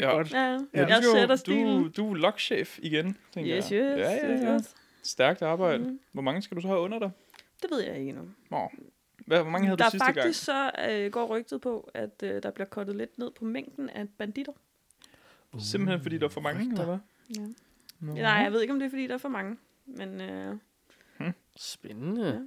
S2: Ja.
S3: Godt.
S4: Ja,
S2: Ja,
S4: jeg
S2: du,
S4: sætter
S2: du,
S4: stilen.
S2: du er lokchef igen, tænker
S4: Yes, yes.
S2: jeg. Ja, ja, ja.
S4: yes.
S2: Stærkt arbejde.
S4: Mhm.
S2: Hvor mange skal du så have under dig?
S4: Det ved jeg ikke endnu.
S2: Nå. Hvad, hvor mange havde
S4: der
S2: du sidste gang?
S4: faktisk så øh, går rygtet på, at øh, der bliver kottet lidt ned på mængden af banditter.
S2: Simpelthen fordi der er for mange,
S1: Rygter.
S2: eller hvad?
S4: Ja.
S2: Nå.
S4: Nej, jeg ved ikke, om det er, fordi der er for mange. Men øh,
S1: Spændende.
S4: Ja.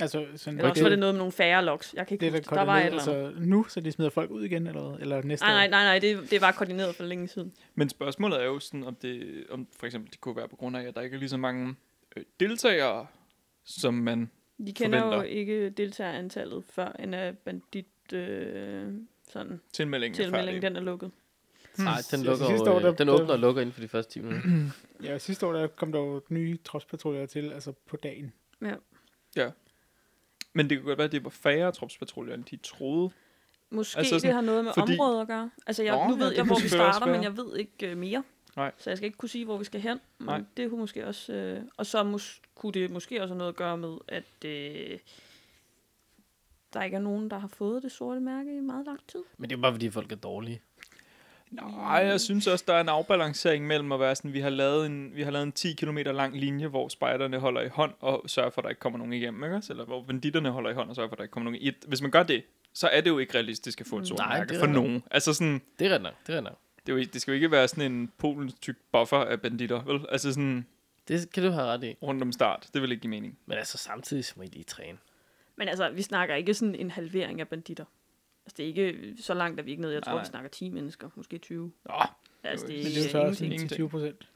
S3: Altså, sådan,
S4: eller også var det noget med nogle færre loks. Jeg kan ikke
S3: det, der,
S4: huske, der var et eller andet.
S3: altså, nu, så de smider folk ud igen, eller, hvad? eller næste
S4: Nej, nej,
S3: år.
S4: nej, nej det, det var koordineret for længe siden.
S2: Men spørgsmålet er jo sådan, om det, om for eksempel, det kunne være på grund af, at der ikke er lige så mange øh, deltagere, som man...
S4: De kender jo
S2: Forventer.
S4: ikke deltagerantallet, før en af bandit... Øh, sådan,
S2: Tilmeldingen er
S4: tilmeldingen,
S2: færdig.
S4: den er lukket.
S1: Nej, den,
S3: Altså,
S1: lukker,
S3: sidste
S1: jo,
S3: år,
S1: øh,
S3: der-
S1: den
S3: der-
S1: åbner og lukker inden for de første 10 minutter.
S3: Ja, sidste år der kom der jo nye tropspatruljer til, altså på dagen.
S2: Men det kunne godt være, at det var færre tropspatruljer, end de troede. Altså
S4: Måske altså
S2: sådan,
S4: sådan, det har noget med
S2: fordi-
S4: fordi... området at gøre. Altså, jeg,
S2: Nå,
S4: nu
S2: ja,
S4: ved
S2: det
S4: jeg,
S2: kan
S4: hvor vi
S2: selvfølgelig også
S4: starter,
S2: være.
S4: men jeg ved ikke øh, mere.
S2: Nej.
S4: Så jeg skal ikke kunne sige, hvor vi skal hen. Men
S2: Nej.
S4: det kunne måske også... Øh, og så mås- kunne det måske også have noget at gøre med, at øh, der ikke er nogen, der har fået det sorte mærke i meget lang tid.
S1: [clears throat] Men det er jo bare, fordi folk er dårlige.
S2: Nej, jeg synes også, der er en afbalancering mellem at være sådan, vi har lavet en, vi har lavet en 10 km lang linje, hvor spejderne holder i hånd og sørger for, at der ikke kommer nogen igennem, ikke? også? Eller hvor banditterne holder i hånd og sørger for, at der ikke kommer nogen i- Hvis man gør det, så er det jo ikke realistisk at få et sort
S1: Mm, Nej,
S2: mærke
S1: det er
S2: for
S1: det.
S2: nogen. Altså sådan,
S1: Det er ret nok, det er ret nok.
S2: det, er jo, ikke- det skal jo ikke være sådan en polens tyk buffer af banditter, vel? Altså sådan
S1: Det kan du have ret i.
S2: rundt om start, det vil ikke give mening.
S1: Men altså, samtidig så må I lige træne.
S4: Men altså, vi snakker ikke sådan en halvering af banditter. Altså, det er ikke så langt, at vi ikke nede. Jeg tror,
S2: Nej, nej.
S4: vi snakker 10 mennesker, måske 20.
S2: Nå,
S4: Altså,
S2: Men
S4: det,
S3: Men det er jo så
S4: er
S3: også
S4: ingenting.
S3: en 20 procent.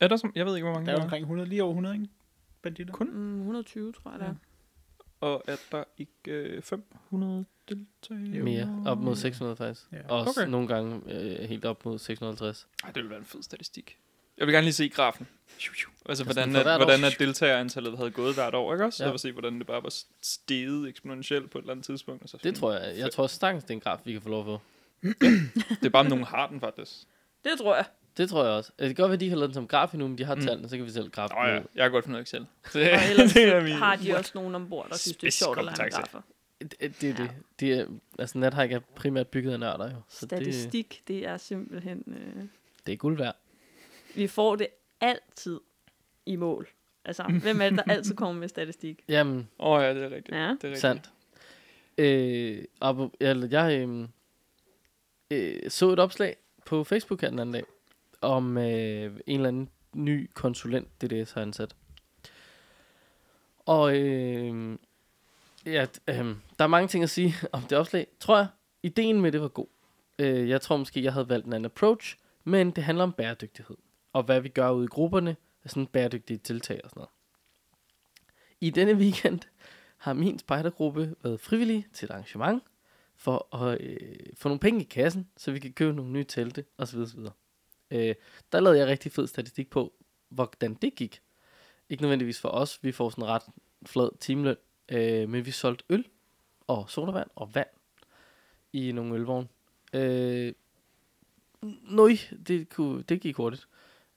S2: er der som, jeg ved ikke, hvor mange
S3: Der
S2: der
S3: er jo
S2: er.
S3: omkring 100, lige over 100, ikke? Banditter.
S2: Kun?
S4: Mm, 120, tror jeg, der er.
S2: Og er der ikke øh, 500 deltagere?
S1: Mere. Op mod 600 faktisk.
S3: Ja.
S1: Ja. Også
S2: Okay.
S1: okay. nogle gange øh, helt op mod 650.
S2: Ej, det ville være en fed statistik. Jeg vil gerne lige se grafen. Altså,
S1: sådan
S2: hvordan,
S1: for
S2: at,
S1: hvert år.
S2: hvordan at deltagerantallet havde gået hvert år, ikke også? Ja.
S1: Ja.
S2: Jeg vil se, hvordan det bare var steget eksponentielt på et eller andet tidspunkt. Og så
S1: Det tror jeg. Jeg tror stakkens, det er en graf, vi kan få lov for.
S2: Det er bare, om nogen har den faktisk.
S4: Det tror jeg.
S1: Det tror jeg også. Altså, Det kan godt være, de ikke har lavet den som graf endnu, men de har
S2: Mm.
S1: mm. tallene, så kan vi selv grafen
S2: Nå ja,
S1: ud.
S2: jeg har godt fundet
S1: [laughs]
S2: Excel. Det,
S4: Og ellers
S2: det
S4: så har de også nogen ombord, der synes, det er sjovt at lege med
S2: Spidskompetencer.
S4: grafer.
S1: Det, det er det. det er, altså, Nathike er primært bygget af nørder jo. Så det,
S4: Statistik, det er simpelthen... Øh,
S1: det er guld værd.
S4: vi får det altid i mål. Altså, hvem er det, der altid kommer med statistik?
S1: Jamen,
S2: Åh oh, ja, det er rigtigt.
S4: Ja.
S2: Det er rigtigt.
S1: sandt. Øh, apro- eller jeg øhm, øh, så et opslag på Facebook her den anden dag, om øh, en eller anden ny konsulent, DDS har ansat. Og øh, ja, d- øh, der er mange ting at sige [laughs] om det opslag. Tror jeg, ideen med det var god. Øh, jeg tror måske, jeg havde valgt en anden approach, men det handler om bæredygtighed. Og hvad vi gør ude i grupperne, er sådan bæredygtige tiltag og sådan noget. I denne [laughs] weekend har min spejdergruppe været frivillig til et arrangement for at øh, få nogle penge i kassen, så vi kan købe nogle nye telte osv. osv. Øh, der lavede jeg rigtig fed statistik på, hvordan det gik. Ikke nødvendigvis for os, vi får sådan en ret flad timeløn, øh, men vi solgte øl og sodavand og vand i nogle ølvogne. Øh, nøj, det, kunne, det gik hurtigt.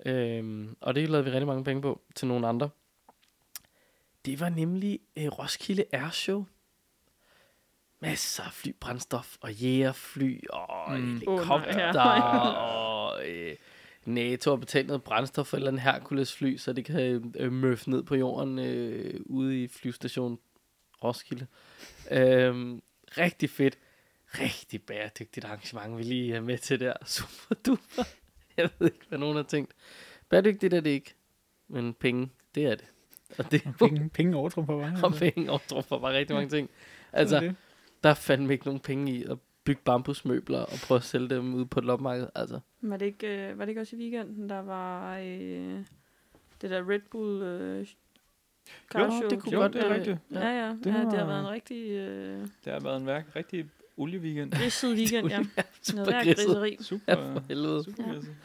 S1: Øh, og det lavede vi rigtig mange penge på til nogle andre. Det var nemlig øh, Roskilde Airshow. Masser af flybrændstof og jægerfly og
S2: Mm.
S1: mm.
S4: Åh,
S1: helikopter
S4: nej,
S1: oh, og øh, NATO har betalt noget brændstof for et eller andet Hercules-fly, så det kan øh, møffe ned på jorden øh, ude i flyvestationen Roskilde. Øhm, rigtig fedt. Rigtig bæredygtigt arrangement, vi lige er med til der. [laughs] Super duper. Jeg ved ikke, hvad nogen har tænkt. Bæredygtigt er det ikke, men penge, det er det. [laughs] Og det er
S3: Penge, penge overtrumfer bare.
S1: og penge overtrumfer bare rigtig mange ting. Altså,
S3: Sådan er det.
S1: der er fandme ikke nogen penge i at bygge bambusmøbler og prøve at sælge dem ude på et loppemarked. Altså,
S4: [laughs]
S1: [laughs]
S4: Var det ikke, øh, var det ikke også i weekenden, der var øh, det der Red Bull øh, car
S2: Jo,
S4: show?
S1: det kunne
S2: Jo,
S1: godt
S2: det er
S4: øh,
S1: være-
S2: rigtigt.
S4: Ja, ja. Det, ja,
S2: Det
S4: det har
S2: var-
S4: været en rigtig øh,
S2: Det har været en værk. Rigtig olieweekend.
S4: ridset weekend, ja. Noget
S1: super
S4: værd
S1: grisset.
S4: griseri.
S1: Ja,
S2: Super.
S1: for helvede.
S2: super
S4: Ja.
S2: grisset.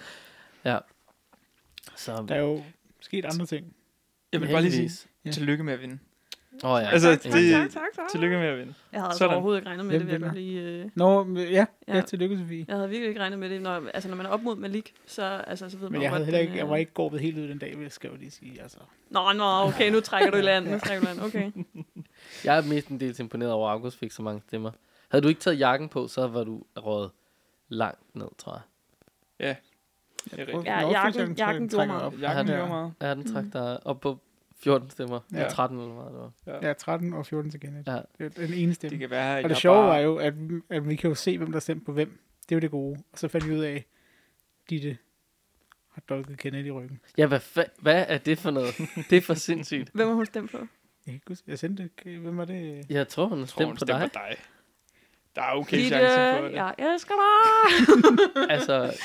S1: Så
S3: Der er jo sket andre ting.
S2: Jeg vil bare lige sige,
S1: heldigvis.
S3: Ja.
S2: tillykke med at vinde.
S1: Åh oh, ja.
S2: Altså,
S4: tak, tak,
S2: det-
S4: tak, tak, tak.
S2: Tillykke med at vinde.
S4: Jeg havde altså
S2: Sådan.
S4: overhovedet ikke regnet med
S3: Hvem
S4: det, vil jeg
S3: vinder?
S4: godt lige... Øh,
S3: Nå, men ja, ja,
S4: Ja.
S3: ja tillykke, Sofie.
S4: jeg havde virkelig ikke regnet med det. Når, altså, når man er op mod Malik, så, altså, så ved man
S3: Men jeg
S4: jo
S3: havde
S4: godt,
S3: heller
S4: den
S3: ikke, jeg
S4: er-
S3: var ikke gårdet helt ud den dag, vil jeg skal jo lige sige. Altså.
S4: Nå, nå, okay, nu trækker du i land. Nu trækker du i land, okay.
S1: Jeg er mest en del imponeret over, at August fik så mange stemmer. Havde du ikke taget jakken på, så var du røget langt ned, tror jeg.
S2: Det er rigtigt.
S4: Ja,
S3: Nå, fik
S4: jakken-
S3: jeg en
S4: jakken
S3: træk-
S4: gjorde
S3: trækker
S4: mig.
S3: op.
S2: Jakken
S1: Ja.
S2: gjorde meget.
S1: Ja, den trak
S4: Mm.
S1: dig op på 14 stemmer. Ja.
S3: Ja.
S1: 13 eller hvad det var.
S3: Ja, 13 og 14 til gengæld.
S1: Ja.
S3: Det er den ene
S2: Det
S3: stemme.
S2: kan være, at
S3: Og det
S2: jeg
S3: sjove
S2: bare...
S3: var jo, at, at vi kan jo se, hvem der stemte på hvem. Det er jo det gode. Og så fandt vi ud af, Ditte har dolket Kenneth i ryggen.
S1: Ja, hvad, fa- hvad er det for
S2: [laughs]
S1: noget? Det er for sindssygt.
S4: Hvem har hun stemt på?
S3: Jeg kan ikke huske, jeg sendte det. Hvem var det?
S1: Jeg tror, hun har
S2: Jeg tror, hun
S1: stemt på dig.
S2: på dig. Der er okay
S4: Ditte,
S2: chance for det.
S4: jeg elsker dig!
S1: altså,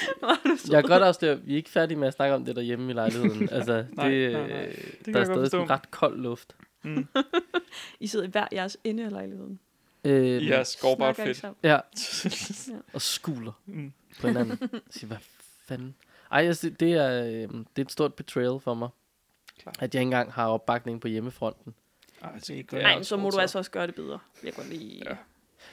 S1: jeg kan godt afsløre, at vi er ikke færdige med at snakke om det derhjemme i
S2: [laughs]
S1: lejligheden. Altså, det,
S2: Nej, nej, nej.
S1: øh,
S2: kan
S1: der er
S2: jeg godt
S1: stadig sådan
S2: forstå.
S1: ret kold luft.
S2: Mm.
S4: I sidder i hver jeres ende af lejligheden.
S1: Øh,
S2: I har scorebart
S4: Snakker ikke
S2: fedt.
S4: sammen.
S1: Ja,
S4: Ja.
S1: og skuler
S2: [laughs] Mm.
S1: på
S2: [laughs]
S1: hinanden. Sige, hvad fanden? Ej, altså, det, det, er, øh, det er et stort betrayal for mig.
S2: Klart.
S1: At jeg ikke engang har opbakning på hjemmefronten.
S2: Ej,
S3: Det er ikke
S2: det er
S3: godt.
S4: Nej, så må du
S2: også-
S4: altså også gøre det bedre. vil Jeg kan lige...
S2: Ja.
S4: Ja.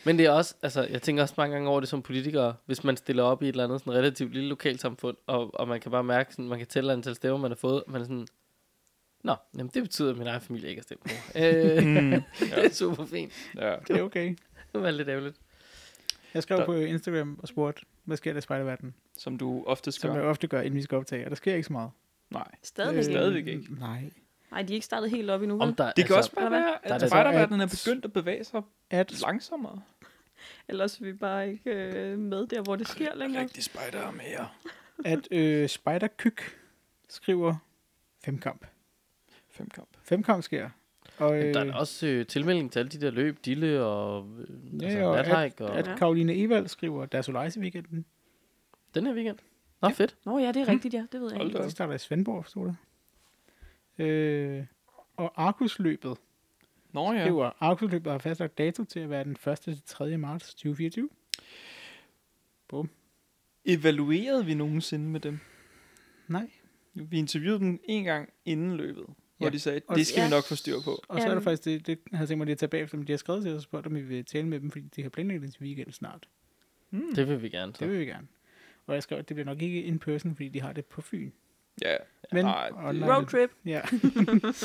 S1: Men det er også, altså, jeg tænker også mange gange over det som politiker, hvis man stiller op i et eller andet sådan relativt lille lokalsamfund, og, og man kan bare mærke, sådan, man kan tælle antal stemmer, man har fået, og man er sådan, Nå, jamen det betyder, at min egen familie ikke har stemt på. mig."
S2: [laughs]
S1: øh,
S2: Mm.
S1: det er super fint.
S2: Ja.
S3: Det er okay.
S1: Det var lidt ærgerligt.
S3: Jeg skrev
S2: Der-
S3: på Instagram og spurgte, hvad sker der i spejderverdenen?
S2: Som du ofte
S3: Som
S2: gør.
S3: jeg ofte gør, inden vi skal optage. Og der sker ikke så meget.
S2: Nej.
S4: Stadigvæk.
S2: Øh,
S4: Stadig.
S2: stadigvæk ikke.
S3: Nej.
S4: Nej, de er ikke startet helt op endnu.
S1: Om
S4: Om...
S1: der, altså,
S2: Det kan også bare
S3: Eller
S4: hvad?
S2: være,
S1: Der er det
S2: at
S1: så,
S2: spejderverdenen Altså, er
S3: at-
S2: begyndt at bevæge sig
S3: At
S2: langsommere.
S4: Ellers er vi bare ikke øh, med der, hvor det sker længere.
S2: Rigtig spejder er mere.
S3: at øh, Spider Kyk skriver femkamp.
S2: Fem kamp.
S3: Femkamp sker. Og,
S1: Jamen,
S3: øh,
S1: der er da også øh, tilmelding til alle de der løb, dille og øh,
S3: Ja,
S1: altså,
S3: og
S1: nathajk. Og,
S4: Ja.
S3: at Karoline Evald skriver, der er solejse weekenden.
S1: den her weekend. Nå, fedt.
S4: Nå ja, det er rigtigt, ja. Det ved jeg
S2: Hold
S4: ikke.
S2: da
S3: Så starter i Svendborg, stod der. Øh, og Arkusløbet
S2: Nå ja.
S3: skriver, Arkusløbet har fastlagt dato til at være den 1. til 3. marts 2024.
S2: Evaluerede vi nogensinde med dem?
S3: Nej.
S2: Vi interviewede dem en gang inden løbet, hvor
S3: Ja.
S2: de sagde,
S3: Og-
S2: det skal vi
S4: Ja.
S2: nok få styr på.
S3: Og så er der
S4: Jamen.
S3: faktisk det, det jeg havde tænkt mig lige at tage bagefter, men de har skrevet til os og spurgt, om vi vil tale med dem, fordi de har planlagt det til weekend snart.
S2: Mm.
S1: Det vil vi gerne.
S3: Det
S1: Så.
S3: vil vi gerne. Og jeg skrev, at det bliver nok ikke in person, fordi de har det på Fyn.
S2: Ja,
S3: Men
S2: nej, det-
S3: online.
S4: Road trip.
S2: [laughs]
S3: Ja.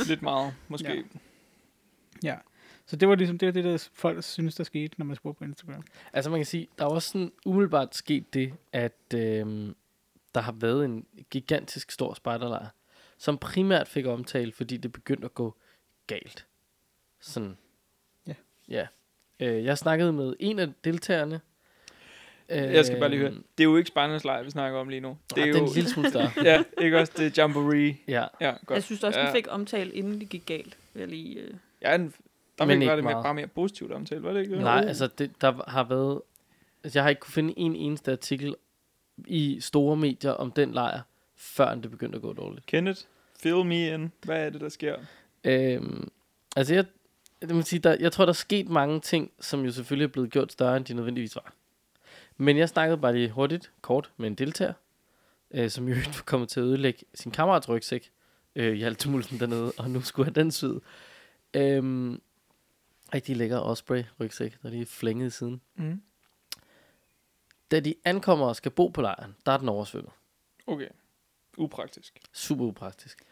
S2: lidt meget, måske.
S3: Ja. ja. Så det var ligesom det, var det der folk synes, der skete, når man spurgte på Instagram.
S1: Altså man kan sige, der er også sådan umiddelbart sket det, at øhm, der har været en gigantisk stor spejderlejr, som primært fik omtale, fordi det begyndte at gå galt. Sådan.
S3: Ja.
S1: Ja. Øh, jeg snakkede med en af deltagerne.
S2: Jeg skal bare lige høre,
S4: Øh,
S1: Øhm,
S2: det er jo ikke Spejdernes lejr, vi snakker om lige nu.
S1: Det er, ah,
S2: jo,
S1: jo... den lille smule større.
S2: ja, ikke også, det er Jamboree.
S1: ja.
S2: Ja, godt.
S4: Jeg synes også, den
S2: Ja.
S4: fik omtale, inden det gik galt. Vil jeg lige... Øh...
S2: Ja, den, der
S1: Men
S2: Men
S1: ikke
S2: var det mere,
S1: meget.
S2: bare mere positivt omtale, var det ikke? det?
S1: Nej, altså det, der har været... Altså, jeg har ikke kunne finde en eneste artikel i store medier om den lejr, før det begyndte at gå dårligt.
S2: Kenneth, fill me in. Hvad er det, der sker?
S1: Øhm, altså jeg, det må sige, der, jeg tror, der er sket mange ting, som jo selvfølgelig er blevet gjort større, end de nødvendigvis var. Men jeg snakkede bare lige hurtigt, kort, med en deltager, øh, som jo [laughs] ikke var kommet til at ødelægge sin kammerats rygsæk øh, i alt tumulten dernede, og nu skulle have den syd. Øhm, rigtig lækker Osprey rygsæk, der lige er flænget i siden.
S2: Mm.
S1: Da de ankommer og skal bo på lejren, der er den oversvømmet.
S2: Okay. Upraktisk.
S1: Super upraktisk.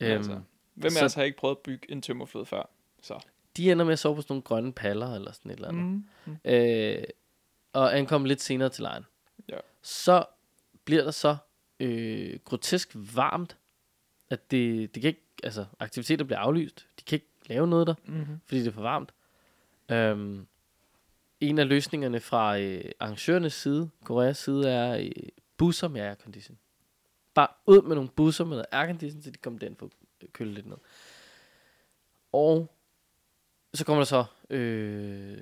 S2: Øhm, altså, hvem
S1: så-
S2: af os har ikke prøvet at bygge en tømmerflod før? Så.
S1: De ender med at sove på sådan nogle grønne paller eller sådan et eller andet.
S2: Mm.
S1: øh, og ankom lidt senere til lejren.
S2: Ja.
S1: Så bliver der så øh, grotesk varmt, at det, det kan ikke, altså, aktiviteter bliver aflyst. De kan ikke lave noget der,
S2: Mm-hmm.
S1: fordi det er for varmt. Øhm, en af løsningerne fra øh, arrangørernes side, Koreas side, er øh, busser med aircondition. Bare ud med nogle busser med noget aircondition, så de kommer den for at køle lidt ned. Og så kommer der så øh,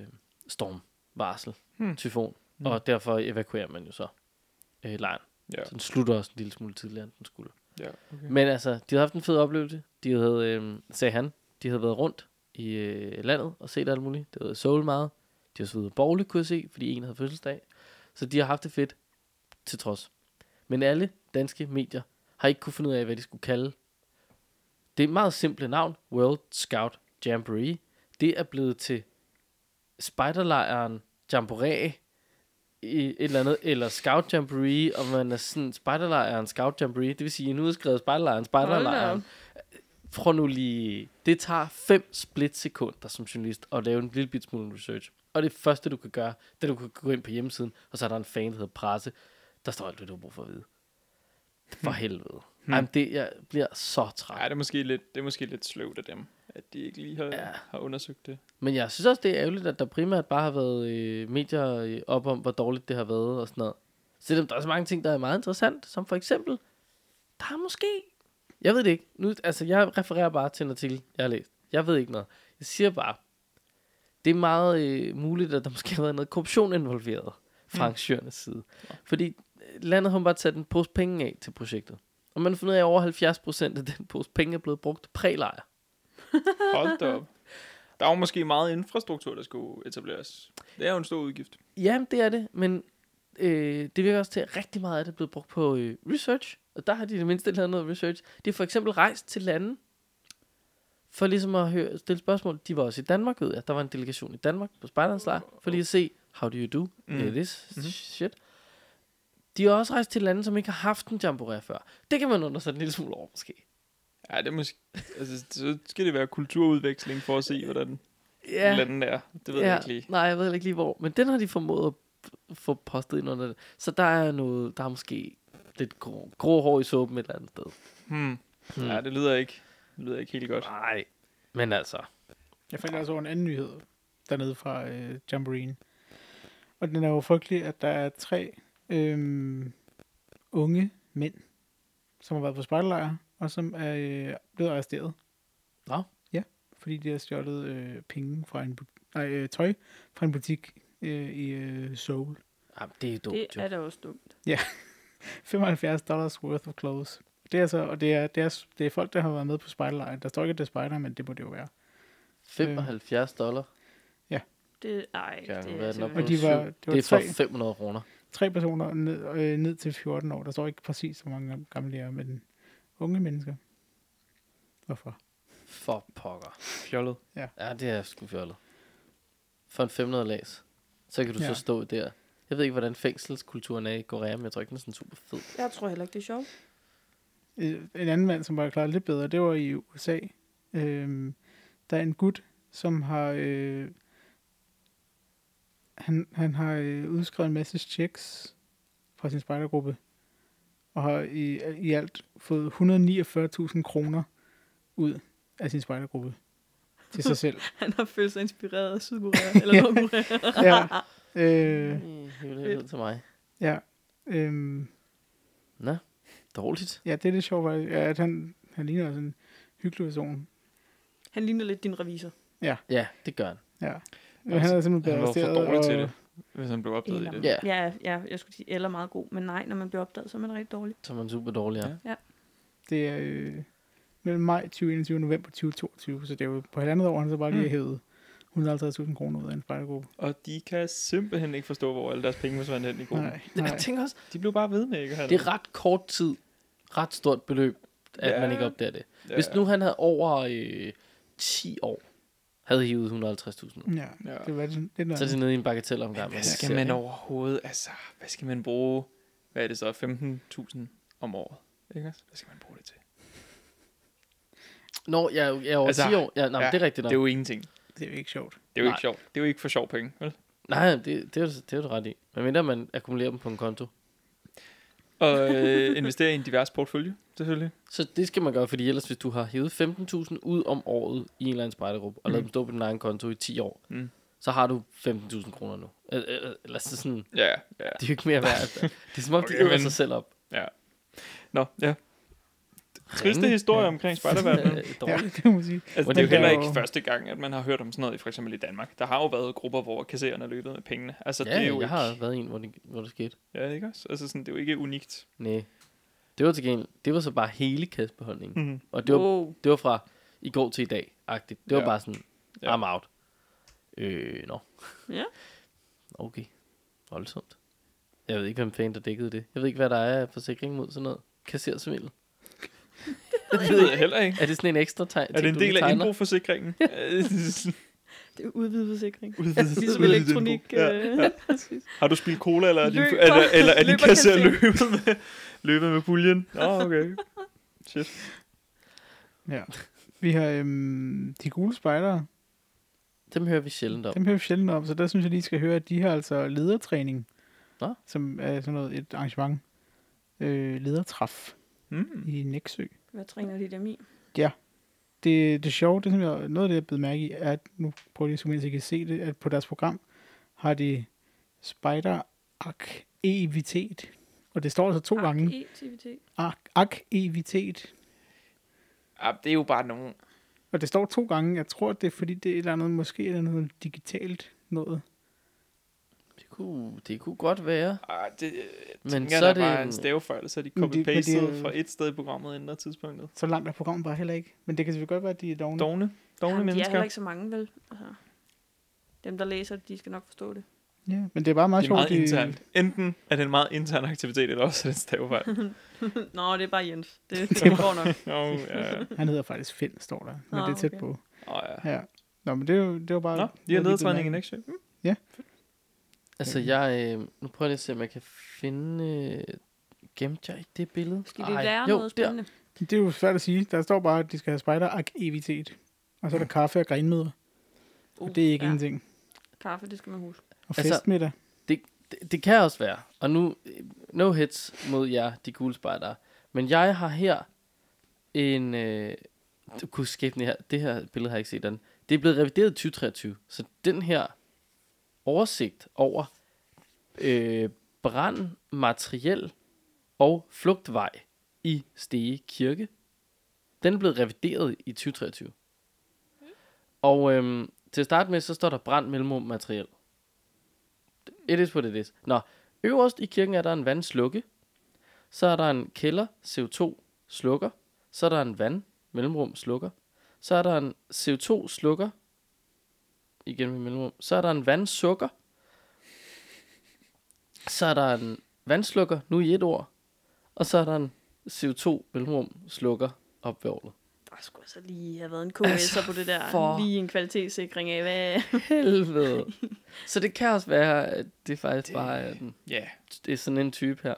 S1: storm, varsel,
S2: Hmm.
S1: hmm. tyfon,
S2: Hmm.
S1: hmm. og derfor evakuerer man jo så øh, lejren.
S2: Ja.
S1: Så den slutter også en lille smule tidligere, end den skulle.
S2: Ja, okay.
S1: Men altså, de havde haft en fed oplevelse. De havde, øh, sagde han, de havde været rundt i øh, landet og set alt muligt. Det havde soul meget. De havde siddet borgle, kunne jeg se, fordi en havde fødselsdag. Så de har haft det fedt, til trods. Men alle danske medier har ikke kunne finde ud af, hvad de skulle kalde. Det er et meget simple navn, World Scout Jamboree, det er blevet til spiderlejren Jamboree, i et eller andet, eller Scout Jamboree, og man er sådan spiderlejren Scout Jamboree, det vil sige, nu er skrevet spiderlejren,
S4: Hold da op.
S1: spiderlejren. Prøv nu lige, det tager 5 split sekunder som journalist at lave en lille bit smule research. Og det første, du kan gøre, det er, du kan gå ind på hjemmesiden, og så er der en fan, der hedder presse. Der står alt, hvad du har brug for at vide. For helvede. Hmm. Jamen, det, jeg bliver så træt.
S2: Nej, det er måske lidt, det er måske lidt sløvt af dem, at de ikke lige har, ja.
S1: Ja.
S2: har undersøgt det.
S1: Men jeg synes også, det er ærgerligt, at der primært bare har været øh, medier øh, op om, hvor dårligt det har været og sådan noget. Selvom der er så mange ting, der er meget interessant, som for eksempel, der er måske... Jeg ved det ikke. Nu, altså, jeg refererer bare til en artikel, jeg har læst. Jeg ved ikke noget. Jeg siger bare, det er meget øh, muligt, at der måske har været noget korruption involveret fra arrangørernes side. Fordi øh, landet har bare taget en pose penge af til projektet. Og man har fundet ud af, at over 70% af den pose penge er blevet brugt til prælejre.
S2: Hold da op. Der er jo måske meget infrastruktur, der skulle etableres. Det er jo en stor udgift.
S1: Ja, det er det, men øh, det virker også til, at rigtig meget af det er blevet brugt på øh, research, og der har de i det mindste lavet noget research. De har for eksempel rejst til lande, for ligesom at høre, stille spørgsmål. De var også i Danmark, ved jeg. Der var en delegation i Danmark på Spejderens Lejr, for lige at se, how do you do mm. yeah, this mm-hmm. shit. De har også rejst til lande, som ikke har haft en jamboree før. Det kan man undre sig en lille smule over, måske.
S2: Ja, det er måske... altså, så skal det være kulturudveksling for at se, hvordan
S1: Ja.
S2: landet er. Det ved jeg ikke lige.
S1: Nej, jeg ved heller ikke lige hvor. Men den har de formået at p- få postet ind under det. Så der er noget, der er måske lidt grå, grå hår i såben et eller andet sted.
S2: Hmm.
S1: Hmm.
S2: Ja, det lyder ikke, det lyder ikke helt godt.
S1: Nej. Men altså,
S3: Jeg faldt altså over en anden nyhed dernede fra øh, Jamboreen. Og den er jo frygtelig, at der er tre øh, unge mænd, som har været på spejderlejr, og som er øh, blevet arresteret.
S1: Nå.
S3: Ja, fordi de har stjålet øh, penge fra en bu- nej, øh, tøj fra en butik øh, i øh, Seoul.
S1: jamen, det er dumt
S4: Det
S1: jo.
S4: er da også dumt.
S3: 75 dollars worth of clothes. Det er altså, og det er, det er, det er folk, der har været med på spejderlejren. Der står ikke, at det er spejder, men det må det jo være.
S1: 75 dollar.
S4: Det, ej,
S1: Ja,
S4: det
S1: hvad er
S4: er
S1: den op
S3: Og
S1: på?
S4: simpelthen...
S3: de var, det var
S1: Det er
S3: tre,
S1: for 500 kroner.
S3: tre personer ned, øh, ned til 14 år. Der står ikke præcis, hvor mange gamle de er, men unge mennesker. Hvorfor?
S1: For pokker.
S2: Fjollet.
S1: Ja, det er sgu fjollet. For en 500 læs. Så kan du ja.
S3: Ja.
S1: så stå der. Jeg ved ikke, hvordan fængselskulturen er i Korea, men jeg tror ikke, den er sådan super fed.
S4: Jeg tror heller ikke, det er sjovt.
S3: Øh, En anden mand, som var klaret lidt bedre, det var i USA. Øh, der er en gut, som har... Øh, han, han har øh, udskrevet en masse checks fra sin spejdergruppe, og har i, i alt fået 149.000 kroner ud af sin spejdergruppe til sig selv.
S4: [laughs] Han har følt sig inspireret af Sydkorea eller Nordkorea.
S3: ja, øh,
S1: Øh, hiv det ned til mig.
S3: ja, øh,
S1: Nå, dårligt.
S3: Ja, det er det sjove, faktisk, ja, at han, han ligner sådan en hyggelig person.
S4: Han ligner lidt din revisor.
S1: Ja, det gør han.
S3: Ja. Men han er simpelthen blevet
S2: Altså, Han var jo for
S3: arresteret.
S2: dårlig
S3: og,
S2: til det, hvis han blev opdaget i det.
S4: Eller-
S1: Ja.
S4: Ja, ja, jeg skulle sige, eller meget god. Men nej, når man bliver opdaget, så er man rigtig dårlig.
S1: Så er man super dårlig, ja.
S2: Ja.
S3: Det er øh, mellem maj 2021 og november 2022, så det er jo på halvandet år, han så bare lige
S2: Mm.
S3: mm. hævet 150.000 kroner ud af en spejdergruppe.
S2: Og de kan simpelthen ikke forstå, hvor alle deres penge forsvandt hen i gruppen.
S3: Nej, nej.
S1: Jeg tænker også,
S2: De blev bare ved med ikke at have
S1: det er ret kort tid, ret stort beløb, at
S2: Ja.
S1: ja. man ikke opdager det.
S2: noget.
S1: Ja. Hvis nu han havde over øh, 10 år, havde hivet 150.000 ud.
S3: Ja,
S2: Ja.
S3: det var det. det er
S1: Så er det
S3: noget.
S1: nede i en bagatelomgang.
S2: Hvad
S1: man
S2: skal
S1: ser,
S2: man
S1: ikke?
S2: overhovedet, altså, hvad skal man bruge, hvad er det så, 15.000 om året, ikke også? Hvad skal man bruge det til?
S1: Nå, jeg, er jo- jeg er over
S2: Altså,
S1: altså, 10 år. Ja, nej,
S2: ja,
S1: ja, det er rigtigt
S2: Det
S1: nok.
S2: er jo ingenting.
S3: Det er jo ikke sjovt.
S2: Det er jo
S1: Nej.
S2: ikke sjovt. Det er jo ikke for sjov penge, vel?
S1: Nej, det, det, er, du- det er du ret i. Men mindre man akkumulerer dem på en konto.
S2: Og øh, investere i en divers portefølje, selvfølgelig.
S1: Så det skal man gøre, fordi ellers hvis du har hævet 15.000 ud om året i en eller anden spejdergruppe, og mm. lavet dem stå på din egen konto i 10 år,
S2: Mm.
S1: mm. så har du 15.000 kroner nu. Eller- Eller, eller så sådan,
S2: Ja, ja, ja.
S1: det er jo ikke mere
S2: [laughs]
S1: værd. altså. Det er som om,
S2: Okay,
S1: de æder
S2: men-
S1: sig selv op.
S2: Nå, ja. Triste
S1: Ringe.
S2: historie omkring
S1: [laughs]
S2: [laughs] spejderverdenen.
S1: Øh,
S3: Ja, [laughs]
S1: dårligt.
S3: det må man sige.
S2: Altså,
S1: Men
S2: det er jo
S1: der
S2: heller
S1: er
S2: ikke
S3: jo-
S2: første gang, at man har hørt om sådan noget, for eksempel i Danmark. Der har jo været grupper, hvor kassererne er løbet med pengene. Altså,
S1: Ja,
S2: det er jo
S1: jeg
S2: ikke...
S1: har været i en, hvor det, hvor det skete.
S2: Ja, ikke også? Altså, sådan, det er jo ikke unikt.
S1: Nej. Det var til gengæld, det var så bare hele kassebeholdningen.
S2: Mm.
S1: Og det var,
S4: Wow.
S1: det var fra i går til i dag, agtigt. Det var
S2: Ja.
S1: bare sådan,
S2: Ja.
S1: I'm out. Øh, nå.
S4: Ja.
S1: Okay. Voldsomt. Jeg ved ikke, hvem fanden der dækkede det. Jeg ved ikke, hvad der er af forsikring mod sådan noget. Kassersvindel.
S2: Det ved jeg heller [laughs] ikke.
S1: Er det sådan en ekstra tegn?
S2: Er det en del af [laughs] indbrugsforsikringen?
S4: Det er udvidet forsikring.
S2: [laughs] Udvidet
S4: [laughs] Ligesom
S2: udvidet
S4: elektronik.
S2: indbo. Ja,
S4: øh,
S2: ja.
S4: præcis.
S2: Har du spillet cola, eller er din,
S4: Løb
S2: eller,
S4: for-
S2: eller er din
S4: løb og
S2: kasse
S4: kasser.
S2: løbet med, løbet med puljen? Åh, oh, [laughs] okay. Shit.
S3: Ja. Vi har øhm, de gule spejdere.
S1: Dem hører vi sjældent om.
S3: Dem hører vi sjældent om, så der synes jeg lige, I skal høre, at de har altså ledertræning.
S1: Nå.
S3: Som er sådan noget, et arrangement. Øh, ledertræf
S2: Mm.
S3: i Næksø.
S4: Hvad træner de dem i?
S3: det, det sjove, det som jeg, noget af det, jeg blev mærke i, er, at nu prøver jeg lige at zoome ind, så I kan se det, at på deres program har de spider ak evitet og det står altså to
S2: e-
S3: gange.
S4: Aktivitet.
S3: Ak- ak-evitet.
S2: Ja, det er jo bare nogen.
S3: Og det står to gange. Jeg tror, det er, fordi det er et eller andet, måske er det noget digitalt noget.
S1: Det kunne, det kunne godt være.
S2: Ah, det, jeg
S1: Men
S2: tænker,
S1: så er
S2: der bare
S1: det
S2: en
S1: en-
S2: stavefejl, så de
S3: Men det- men det er
S2: copy-pastet
S3: jo-
S2: fra et sted i programmet ændrer tidspunktet.
S3: Så langt er programmet bare heller ikke. Men det kan selvfølgelig godt være, at de er dogne.
S2: Dogne. Dogne
S4: Jamen, de er
S2: mennesker.
S4: heller ikke så mange, vel? Altså, dem, der læser det, de skal nok forstå det.
S3: Ja, men det er bare meget
S2: Det er
S3: sjovt.
S2: meget
S3: de-
S2: internt. Enten er det en meget intern aktivitet, eller også er det en
S1: [laughs]
S2: stavefejl.
S4: Nå, det er bare Jens. Det, det,
S3: Det er
S4: går
S2: [laughs]
S4: nok.
S2: Nå, ja.
S3: Han hedder faktisk Finn, står der. Men
S4: Ah,
S3: det er tæt
S4: okay.
S3: på.
S2: Åh, ja.
S3: Ja. Nå, men det, er jo- det var bare...
S2: Nå, de
S3: jeg
S2: har
S3: lige
S2: ledetræning i
S3: bemærkede.
S2: Nexø. Mm.
S1: Altså,
S3: Mm.
S1: jeg... Øh, nu prøver jeg lige at se, om jeg kan finde... Øh, gemte jeg ikke det billede?
S4: Skal vi
S1: Ej,
S4: lære
S1: jo,
S4: noget
S1: der.
S4: spændende?
S3: Det er jo svært at sige. Der står bare, at de skal have spejderaktivitet. Og så er der kaffe og grenmøder.
S4: Uh,
S3: Og det er ikke ja.
S4: ja.
S3: ingenting.
S4: Kaffe, det skal man huske.
S3: Og
S1: Altså-
S3: festmiddag.
S1: Det, det kan også være. Og nu, øh, no hits mod jer, de gule spejdere. Men jeg har her en... Øh, du kunne skæbne her. Det her billede har jeg ikke set den. Det er blevet revideret i 2023. Så den her oversigt over øh, brand, materiel og flugtvej i Stege Kirke, den er blevet revideret i 2023. Og øhm, til at starte med, så står der brand mellemrum materiel. It is what it is. Nå, øverst i kirken er der en vandslukke. Så er der en kælder, CO2 slukker. Så er der en vand, mellemrum slukker. Så er der en CO2 slukker. Igen med mellemrum. Så er der en vandsukker. Så er der en vandslukker, nu i et ord. Og så er der en CO2 mellemrum slukker op ved orlet.
S4: Der skulle altså lige have været en KS'er altså, på det der.
S1: for-
S4: For... Lige en kvalitetssikring af, hvad...
S1: Helvede. Så det kan også være, at det faktisk det... bare er, den-
S2: Ja,
S1: det er sådan en type her.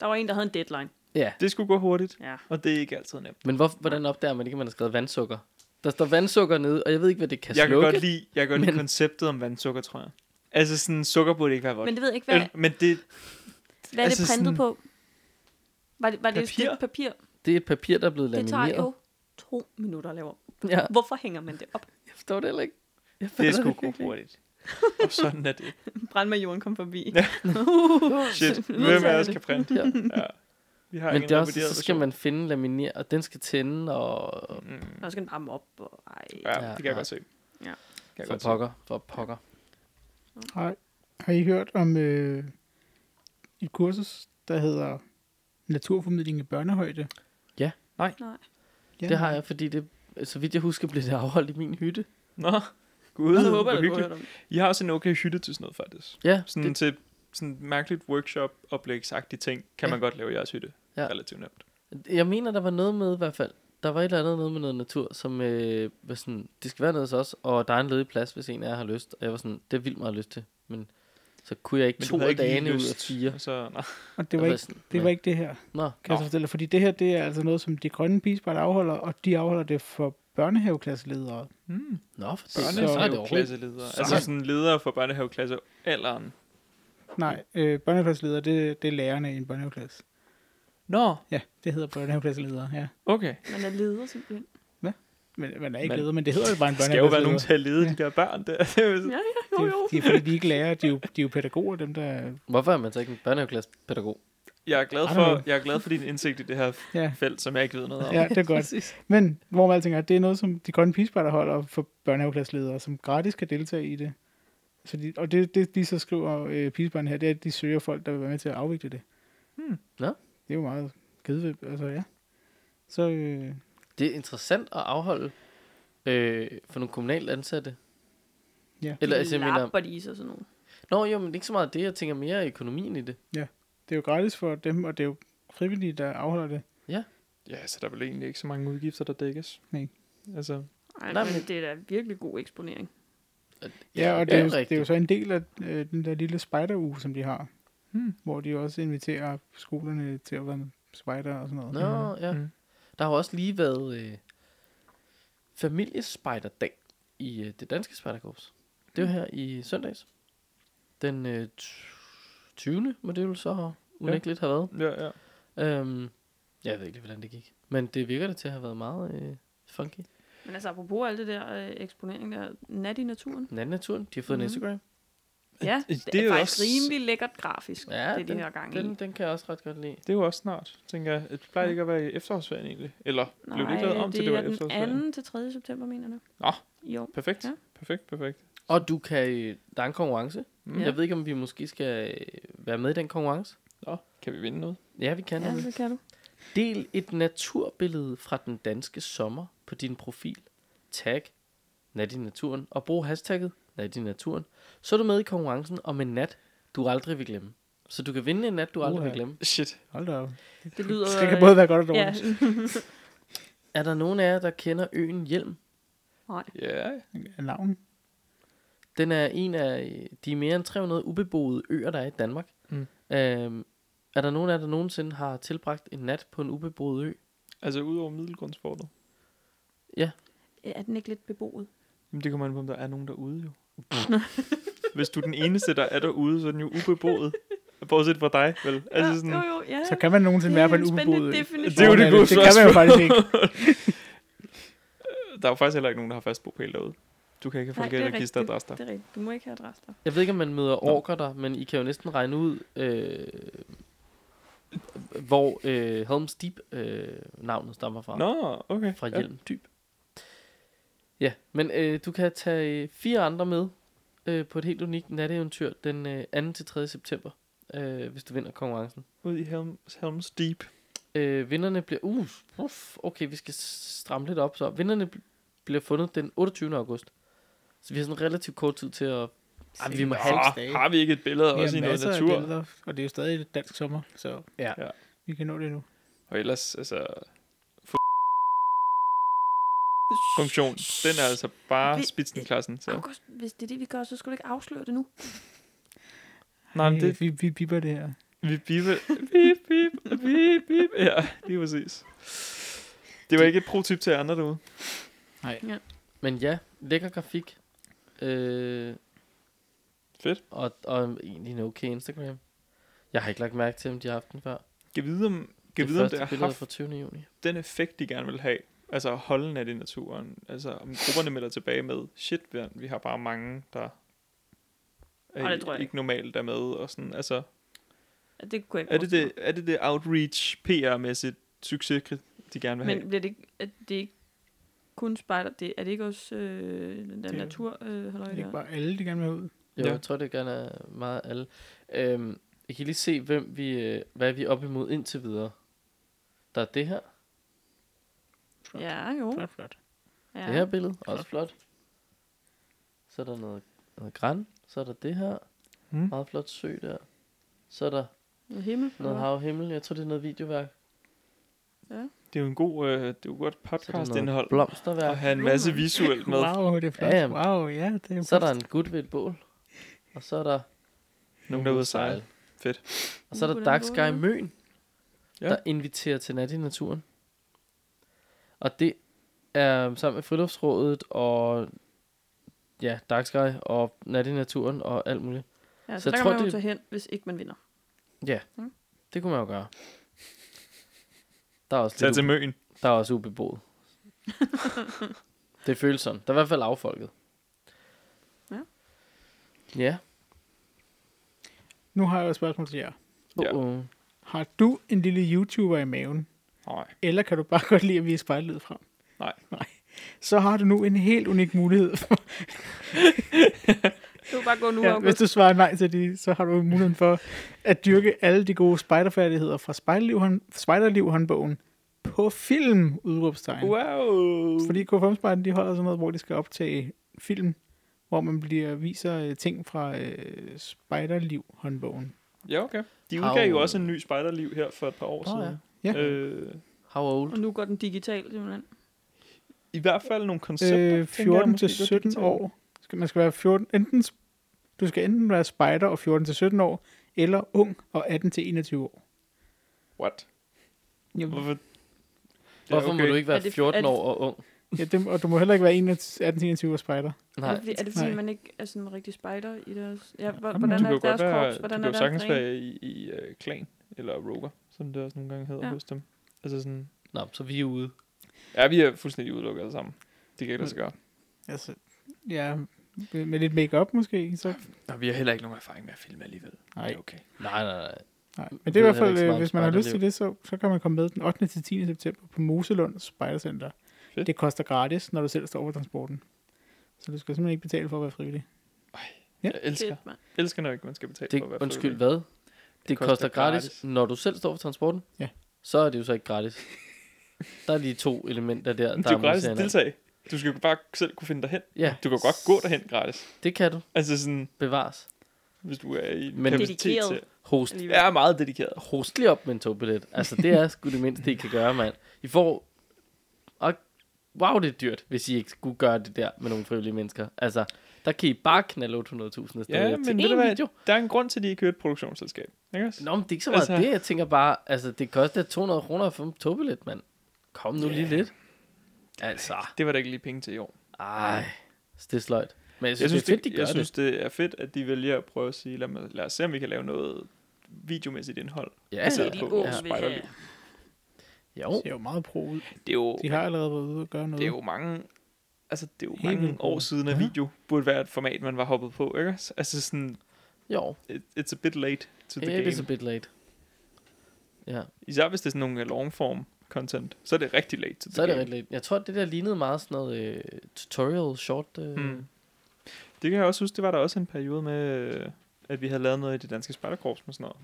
S4: Der var en, der havde en deadline.
S1: Ja.
S2: det skulle gå hurtigt,
S4: Ja.
S2: og det er ikke altid nemt.
S1: Men hvor, hvordan opdager man ikke, at man har skrevet vandsukker? Der står vandsukker nede, og jeg ved ikke, hvad det kan
S2: Jeg kan
S1: slukke.
S2: godt lide, jeg kan godt lide
S1: men-
S2: konceptet om vandsukker, tror jeg. Altså sådan, sukker burde ikke være vådt.
S4: Men det ved jeg ikke, hvad,
S2: Men, men det,
S1: [laughs]
S4: hvad er det
S2: Øhm, altså
S4: printet
S2: sådan-
S4: på? Var det, var det et
S2: Papir?
S4: stykke papir?
S1: Det er et papir, der er blevet
S4: Det
S1: lamineret.
S4: tager jo to minutter at lave om.
S1: Ja,
S4: Hvorfor hænger man det op? [laughs]
S1: jeg forstår det heller ikke. Jeg
S2: det
S1: fatter
S2: skulle
S1: virkelig
S2: gå
S1: ikke.
S2: hurtigt. Og sådan er
S1: [laughs]
S2: det.
S4: Brandmajoren kom forbi. [laughs]
S2: Ja.
S4: Ja.
S2: Shit, hvem af os kan printe?
S1: Ja.
S2: Ja. Vi har
S1: Men
S2: ingen
S1: det er også,
S2: revideret
S1: så skal
S2: version.
S1: man finde laminere, og den skal tænde, og
S2: Mm,
S4: Og så skal den varme op. Og, ej.
S2: ja,
S1: Ja,
S2: det kan jeg
S1: ja.
S2: godt se.
S4: Ja.
S2: Det Kan jeg
S1: for
S2: godt se.
S1: pokker, for pokker.
S3: Har, har I hørt om øh, et kursus, der hedder Naturformidling i børnehøjde?
S4: Nej.
S3: Ja,
S1: Det har jeg, fordi det, så vidt jeg husker, blev det afholdt i min hytte.
S2: Nå, gud,
S4: Jeg håber,
S2: hvor
S4: at du har
S2: hyggeligt.
S4: hørt om det.
S2: I har også en okay hytte til sådan noget, faktisk.
S1: Ja,
S2: Sådan
S1: det,
S2: til sådan mærkeligt workshop-oplægsagtige ting, kan
S1: Ja.
S2: man godt lave i jeres hytte.
S1: Ja.
S2: Relativt nemt.
S1: jeg mener, der var noget med i hvert fald. Der var et eller andet noget med noget natur, som øh, var sådan, det skal være noget hos os, og der er en ledig plads, hvis en af jer har lyst. Og jeg var sådan, det er vildt meget lyst til, men så kunne jeg ikke
S2: Men du
S1: to
S2: havde
S1: af
S2: ikke lige
S1: dagene ud af
S2: lyst,
S1: fire.
S2: og Så, nej.
S3: Og det
S1: Jeg
S3: var,
S1: var
S3: ikke,
S1: sådan,
S3: det
S1: nej.
S3: var ikke det her,
S1: Nå,
S3: kan jeg så
S2: Nå.
S3: fortælle dig, Fordi det her, det er altså noget, som de grønne pigespejder afholder, og de afholder det for børnehaveklasseledere.
S2: Mm.
S1: nå for det, så, så er det overhovedet.
S2: Børnehaveklasseledere.
S1: Så-
S2: Altså sådan ledere for børnehaveklasse alderen.
S3: Nej, øh, børnehaveklasseledere, det, det er lærerne i en børnehaveklasse.
S2: Nå,
S3: Ja, det hedder børnehaveklasseledere, ja.
S2: okay.
S4: Man er leder simpelthen.
S3: Men, man er ikke
S2: Men-
S3: leder, men det hedder jo bare en
S2: Der skal jo være
S3: børnehaveklasse.
S2: nogen til at lede de der børn der. [laughs] Det er jo sådan-
S4: Ja, ja, jo,
S3: Det
S4: jo.
S3: er, det er fordi, de ikke lærer. De er jo, de er jo pædagoger, dem der...
S1: Hvorfor er man så ikke en børnehaveklassepædagog?
S2: jeg, er glad
S3: I don't know.
S2: for, jeg er glad for din indsigt i det her
S3: Ja,
S2: felt, som jeg ikke ved noget om.
S3: ja det er godt. Men hvor man alting er, det er noget, som de grønne pigespejder holder for børnehaveklasseledere, som gratis kan deltage i det. Så de, og det, det, de så skriver øh, pigespejerne her, det er, at de søger folk, der vil være med til at afvikle det.
S2: Hmm.
S1: Nå.
S3: Det er jo meget kedeligt, altså ja. Så øh,
S1: Det er interessant at afholde øh, for nogle kommunalt ansatte.
S3: Ja.
S1: Eller altså, jeg mener,
S4: Lapper de i sig sådan nogle.
S1: nå jo, men det er ikke så meget det, jeg tænker mere økonomien i det.
S3: det er jo gratis for dem, og det er jo frivillige, der afholder det.
S1: Ja.
S2: Ja, så der er vel egentlig ikke så mange udgifter, der dækkes.
S3: Nej.
S2: Altså,
S4: Ej,
S1: Nej,
S4: men
S1: men-
S4: det er da virkelig god eksponering.
S3: Ja, og det, er, jo, det er jo
S1: rigtigt.
S3: så en del af øh, den der lille spejderuge, som de har. Hmm. Hvor de også inviterer skolerne til at være med spejder og sådan noget.
S1: Nå, ja.
S2: Mm.
S1: Der har jo også lige været øh, familiespejderdag i øh, det danske spejderkorps. Det
S3: Mm.
S1: var her i søndags. Den øh, ty- 20. må det jo så unægteligt have været.
S2: ja, ja.
S1: Øhm, jeg ved ikke lige, hvordan det gik. Men det virker det til at have været meget øh, funky.
S4: Men altså, apropos alt det der øh, eksponering der, nat i naturen.
S1: Den anden naturen, de har fået mm. en
S4: Mhm.
S1: Instagram.
S4: Ja,
S2: det
S4: det,
S2: er
S4: er,
S2: jo
S4: faktisk
S2: også-
S4: rimelig lækkert grafisk,
S1: Ja,
S4: ja, det
S1: den-
S4: de har gang i.
S1: Den, den kan jeg også ret godt lide.
S2: Det er jo også snart, tænker jeg. Det plejer ikke at være i efterårsferien egentlig. Eller Nej, blev det ikke lavet om til,
S4: det
S2: det var
S4: er
S2: efterårsferien?
S4: den 2. til 3. september, mener jeg.
S2: Nå.
S4: Jo.
S2: Perfekt,
S4: Ja.
S2: perfekt, perfekt.
S1: Og du kan, øh, der er en konkurrence.
S2: Mm.
S1: Ja. Jeg ved ikke, om vi måske skal øh, være med i den konkurrence.
S2: Nå, kan vi vinde noget?
S1: Ja, vi kan.
S4: Ja,
S1: nemlig.
S4: det kan du.
S1: Del et naturbillede fra den danske sommer på din profil. Tag nat i naturen og brug hashtagget nat i naturen. Så er du med i konkurrencen om en nat, du aldrig vil glemme. Så du kan vinde en nat, du aldrig vil
S3: Uha.
S1: glemme.
S2: Shit.
S3: Hold da op.
S4: Det lyder...
S3: Så det kan
S1: øh,
S3: både være godt og dårligt.
S4: ja.
S3: Ja.
S1: Er der nogen af jer, der kender øen Hjelm?
S4: Nej.
S2: Ja, yeah.
S3: Navn.
S1: Den er en af øh, de mere end 300 ubeboede øer, der er i Danmark.
S2: Mm.
S1: Øhm, er der nogen af jer, der nogensinde har tilbragt en nat på en ubeboet ø?
S2: altså ud over middelgrundsfortet.
S4: Er øh, den ikke lidt beboet?
S2: Jamen, det kommer an på, om der er nogen derude, jo. [laughs] Hvis du er den eneste, der er derude, så er den jo ubeboet. Bortset fra dig, vel? Altså sådan,
S4: jo, jo, ja.
S3: Så kan man nogensinde være på en ubeboet.
S4: spændende definition.
S2: Det er jo det gode
S3: Det kan man jo
S2: spørgsmål.
S3: faktisk ikke.
S2: der er jo faktisk heller ikke nogen, der har fast bopæl derude. Du kan ikke få
S4: Nej,
S2: en
S4: det er
S2: registeradresse der.
S4: Det er rigtigt. Du må ikke have adresse der.
S1: Jeg ved ikke, om man møder orker der, men I kan jo næsten regne ud, øh, hvor øh, Helms Deep-navnet øh, navnet stammer fra.
S2: Nå, okay.
S1: Fra
S2: ja.
S1: Hjelm Dyb. Ja, men øh, du kan tage øh, fire andre med øh, på et helt unikt natteeventyr den øh, 2. til 3. september, øh, hvis du vinder konkurrencen.
S2: Ud i Helms, Helms Deep.
S1: Øh, vinderne bliver... Uh, uf, okay, vi skal stramme lidt op så. Vinderne bl- bliver fundet den 28. august. Så vi har sådan relativt kort tid til at... Ej, vi må have...
S3: Halvdags
S2: Oh,
S3: dage.
S2: har vi ikke et billede
S3: Vi
S2: også i
S3: har
S2: noget
S3: masser af
S2: natur?
S3: billeder, og det er jo stadig dansk sommer, så
S1: Ja.
S2: Ja.
S3: vi kan nå det nu.
S2: Og ellers, altså... f- Funktion. Den er altså bare
S4: Vi-
S2: spidsenklassen. Så.
S4: August, hvis det er det, vi gør, så skal du ikke afsløre det nu.
S2: Nej, men
S3: Hey,
S2: det,
S3: Vi, vi biber det her.
S2: Vi bippe, bip, bip, bip, bip. Ja, lige præcis. Det var ikke et pro-tip til jer andre derude.
S1: Men ja, lækker grafik. Øh,
S2: Fedt.
S1: Og, og egentlig en okay Instagram. Jeg har ikke lagt mærke til, om de har haft den før.
S2: Kan vide, om, kan
S1: det
S2: vide, om
S1: første
S2: det har
S1: billede er
S2: haft
S1: fra 20. juni.
S2: den effekt, de gerne vil have. Altså at holde nat i naturen. Altså om grupperne melder tilbage med, shit, vi- vi har bare mange, der er
S4: Ej, det tror jeg
S2: ikke normalt er med. Og sådan. Altså,
S4: Ja, Det kunne jeg ikke
S2: er, det det,
S4: forestille
S2: er det det outreach PR-mæssigt succes, de gerne vil
S4: mig.
S2: have?
S4: Men bliver det ikke, er det ikke kun spejder? Det, er det ikke også øh, den der
S3: Det er-
S4: natur, øh, halløj,
S3: Det er ikke
S4: der?
S3: bare alle, de gerne vil have ud.
S1: Jo,
S2: Ja.
S1: ja. jeg tror, det gerne er meget alle. Øhm, jeg kan lige se, hvem vi, øh, hvad vi er op imod indtil videre. Der er det her.
S4: Ja, jo.
S3: Flot, flot.
S1: Ja. Det her
S4: Ja.
S1: billede, også flot. Så er der noget, noget græn. Så er der det her.
S2: Hmm.
S1: Meget flot sø der. Så er der
S4: Noget himmel.
S1: noget
S4: eller
S1: hav og himmel. Jeg tror, det er noget videoværk.
S2: Det er jo en god, øh, det er jo godt
S1: Så er der noget
S2: podcast-indhold.
S1: blomsterværk.
S2: At have en masse visuelt med.
S3: Wow, det er flot.
S1: Ja, ja.
S3: Wow, ja, det er jo
S1: Så er der en gut ved et bål. Og så er der...
S2: Nogen derude at sejle. Fedt.
S1: Og så er der
S4: Nogen på
S1: Dark
S4: den
S1: Sky
S4: måde.
S1: Møn,
S2: Ja.
S1: ja. der inviterer til nat i naturen. Og det er sammen med Friluftsrådet og ja, Dark Sky og Nat i naturen og alt muligt.
S4: Ja, så,
S1: Så
S4: så der
S1: jeg
S4: kan
S1: tror,
S4: man jo
S1: det-
S4: tage hen, hvis ikke man vinder.
S1: Det kunne man jo gøre. Der er også,
S2: Tag
S1: lidt
S2: til
S1: ube,
S2: møen.
S1: der er også
S4: [laughs]
S1: ubeboet. det føles sådan. Der er i hvert fald affolket.
S4: Ja.
S1: Ja.
S3: Nu har jeg et spørgsmål til jer.
S2: Ja.
S1: Uh-uh.
S3: Har du en lille YouTuber i maven?
S2: Nej.
S3: Eller kan du bare godt lide at vise spejlet frem?
S2: Nej.
S3: Nej. Så har du nu en helt unik mulighed. For,
S4: Du kan bare gå nu, ja,
S3: ja, [laughs] hvis
S4: August.
S3: du svarer nej til det, så har du muligheden for at dyrke alle de gode spejderfærdigheder fra spejderliv- spejderliv-håndbogen på film, udråbstegn.
S2: Wow.
S3: Fordi kfm spejden de holder sådan noget, hvor de skal optage film, hvor man bliver viser øh, ting fra øh, spejderliv-håndbogen.
S2: Ja, okay. De
S1: Hav-
S2: udgav jo også en ny spejderliv her for et par år
S1: Nå,
S2: siden.
S3: ja. Ja.
S2: Øh,
S1: How old?
S4: Og nu går den digital simpelthen.
S2: I hvert fald nogle koncepter.
S3: Øh,
S2: tænker jeg,
S3: 14
S2: måske godt, de
S3: til
S2: kan
S3: 17
S2: tage.
S3: år. Skal- Man skal være 14, enten, s- du skal enten være spejder og 14 til 17 år, eller ung og 18 til 21 år.
S2: What?
S3: Jamen,
S2: Hvorfor? Ja,
S1: Hvorfor må du ikke
S4: Er
S1: være
S4: det-
S1: 14
S4: er det-
S1: år og ung?
S3: ja, det, og du må heller ikke være 21 18 til 21 år spejder.
S4: Nej. Er
S1: Nej.
S4: det, fordi- er det fordi,
S3: Nej.
S4: man ikke er sådan en rigtig spejder i deres... Ja, hvor-
S3: Jamen,
S4: hvordan
S2: Du
S4: er
S2: kan jo
S4: deres
S2: godt være,
S4: korps?
S2: du
S4: Hvordan
S2: kan
S4: er
S2: jo sagtens
S4: deres træning?
S2: være i, i uh, Clan, eller Roger, som det også nogle gange hedder
S4: Ja.
S2: ja. hos dem. Altså sådan,
S1: Nå, så vi er ude.
S2: ja, vi er fuldstændig udelukket alle sammen. Det kan ikke lade sig gøre.
S3: Altså, ja, med, med lidt makeup måske. Så.
S2: Og vi har heller ikke nogen erfaring med at filme alligevel.
S3: Nej.
S2: Det er okay.
S1: Nej, nej, nej.
S3: Nej, men
S1: ved
S3: det er i hvert
S1: heller
S3: fald,
S1: ikke så meget
S3: øh,
S1: om
S3: hvis man har lyst til
S1: spejderliv.
S3: det, så, så kan man komme med den 8. til 10. september på Moselund Spejdercenter.
S2: Fedt.
S3: Det koster gratis, når du selv står for transporten. Så du skal simpelthen ikke betale for at være frivillig. Ja.
S2: Ja. Jeg elsker,
S4: Fedt, mand.
S2: elsker når ikke man skal betale for at være
S1: Det, undskyld,
S2: frivillig.
S1: hvad? Det, det
S2: koster
S1: koster, koster gratis.
S2: gratis.
S1: gratis, når du selv står for transporten.
S3: Ja.
S1: Så er det jo så ikke gratis. Der er lige to elementer der.
S2: Det
S1: der
S2: er jo gratis
S1: modsigende.
S2: at deltage. Du skal jo bare selv kunne finde dig hen.
S1: Ja,
S2: Du kan jo godt gå derhen gratis.
S1: det kan du.
S2: Altså sådan,
S1: Bevares.
S2: hvis du er i en
S1: Men-
S2: kapacitet
S4: Dedikeret.
S2: til.
S1: Host
S4: Alligevel.
S2: Jeg er meget dedikeret.
S1: host lige op med en togbillet. Altså, det er sgu det mindste, I kan gøre, mand. I får... Og wow, det er dyrt, hvis I ikke skulle gøre det der med nogle frivillige mennesker. Altså, der kan I bare knalde 800.000 afsted
S2: Ja, men
S1: til
S2: ved du
S1: én
S2: hvad?
S1: video.
S2: Der er en grund til, at de ikke kører et produktionsselskab. Ikke også?
S1: Nå, men det er ikke så meget
S2: Altså-
S1: altså... det. Jeg tænker bare, altså, det koster 200 kroner at få en togbillet, mand. Kom nu yeah. lige lidt. Altså,
S2: Det var der ikke lige penge til i år.
S1: ej. Det er sløjt. Men jeg
S2: Jeg
S1: synes,
S2: synes,
S1: Altså, det er fedt, de
S2: det,
S1: gør
S2: jeg
S1: det.
S2: synes, det er fedt, at de vælger at prøve at sige, lad, mig, lad os se, om vi kan lave noget videomæssigt indhold.
S1: Ja,
S2: jeg
S4: Det er
S2: sidder
S1: ja.
S4: de
S2: på
S4: unge vil
S2: spejderliv.
S4: have.
S1: Jo.
S3: Det er jo meget pro ud.
S2: Det er jo,
S3: De har allerede været ude og gøre noget.
S2: det er jo mange... Altså, det er jo
S3: Helt
S2: mange
S3: vildt.
S2: år siden, at
S3: Ja.
S2: video burde være et format, man var hoppet på, ikke? også? Altså sådan,
S1: Jo.
S2: it, it's a bit late to the
S1: It is a
S2: game.
S1: bit late. Ja.
S2: Især hvis det er sådan nogle øh, long-form content, så er det rigtig late to the
S1: Så er det
S2: game.
S1: rigtig lidt. Jeg tror, det der lignede meget sådan noget øh, tutorial short. Øh,
S2: Mm.
S1: mm.
S2: Det kan jeg også huske, det var der også en periode med, øh, at vi havde lavet noget i det danske spejderkorps med sådan noget.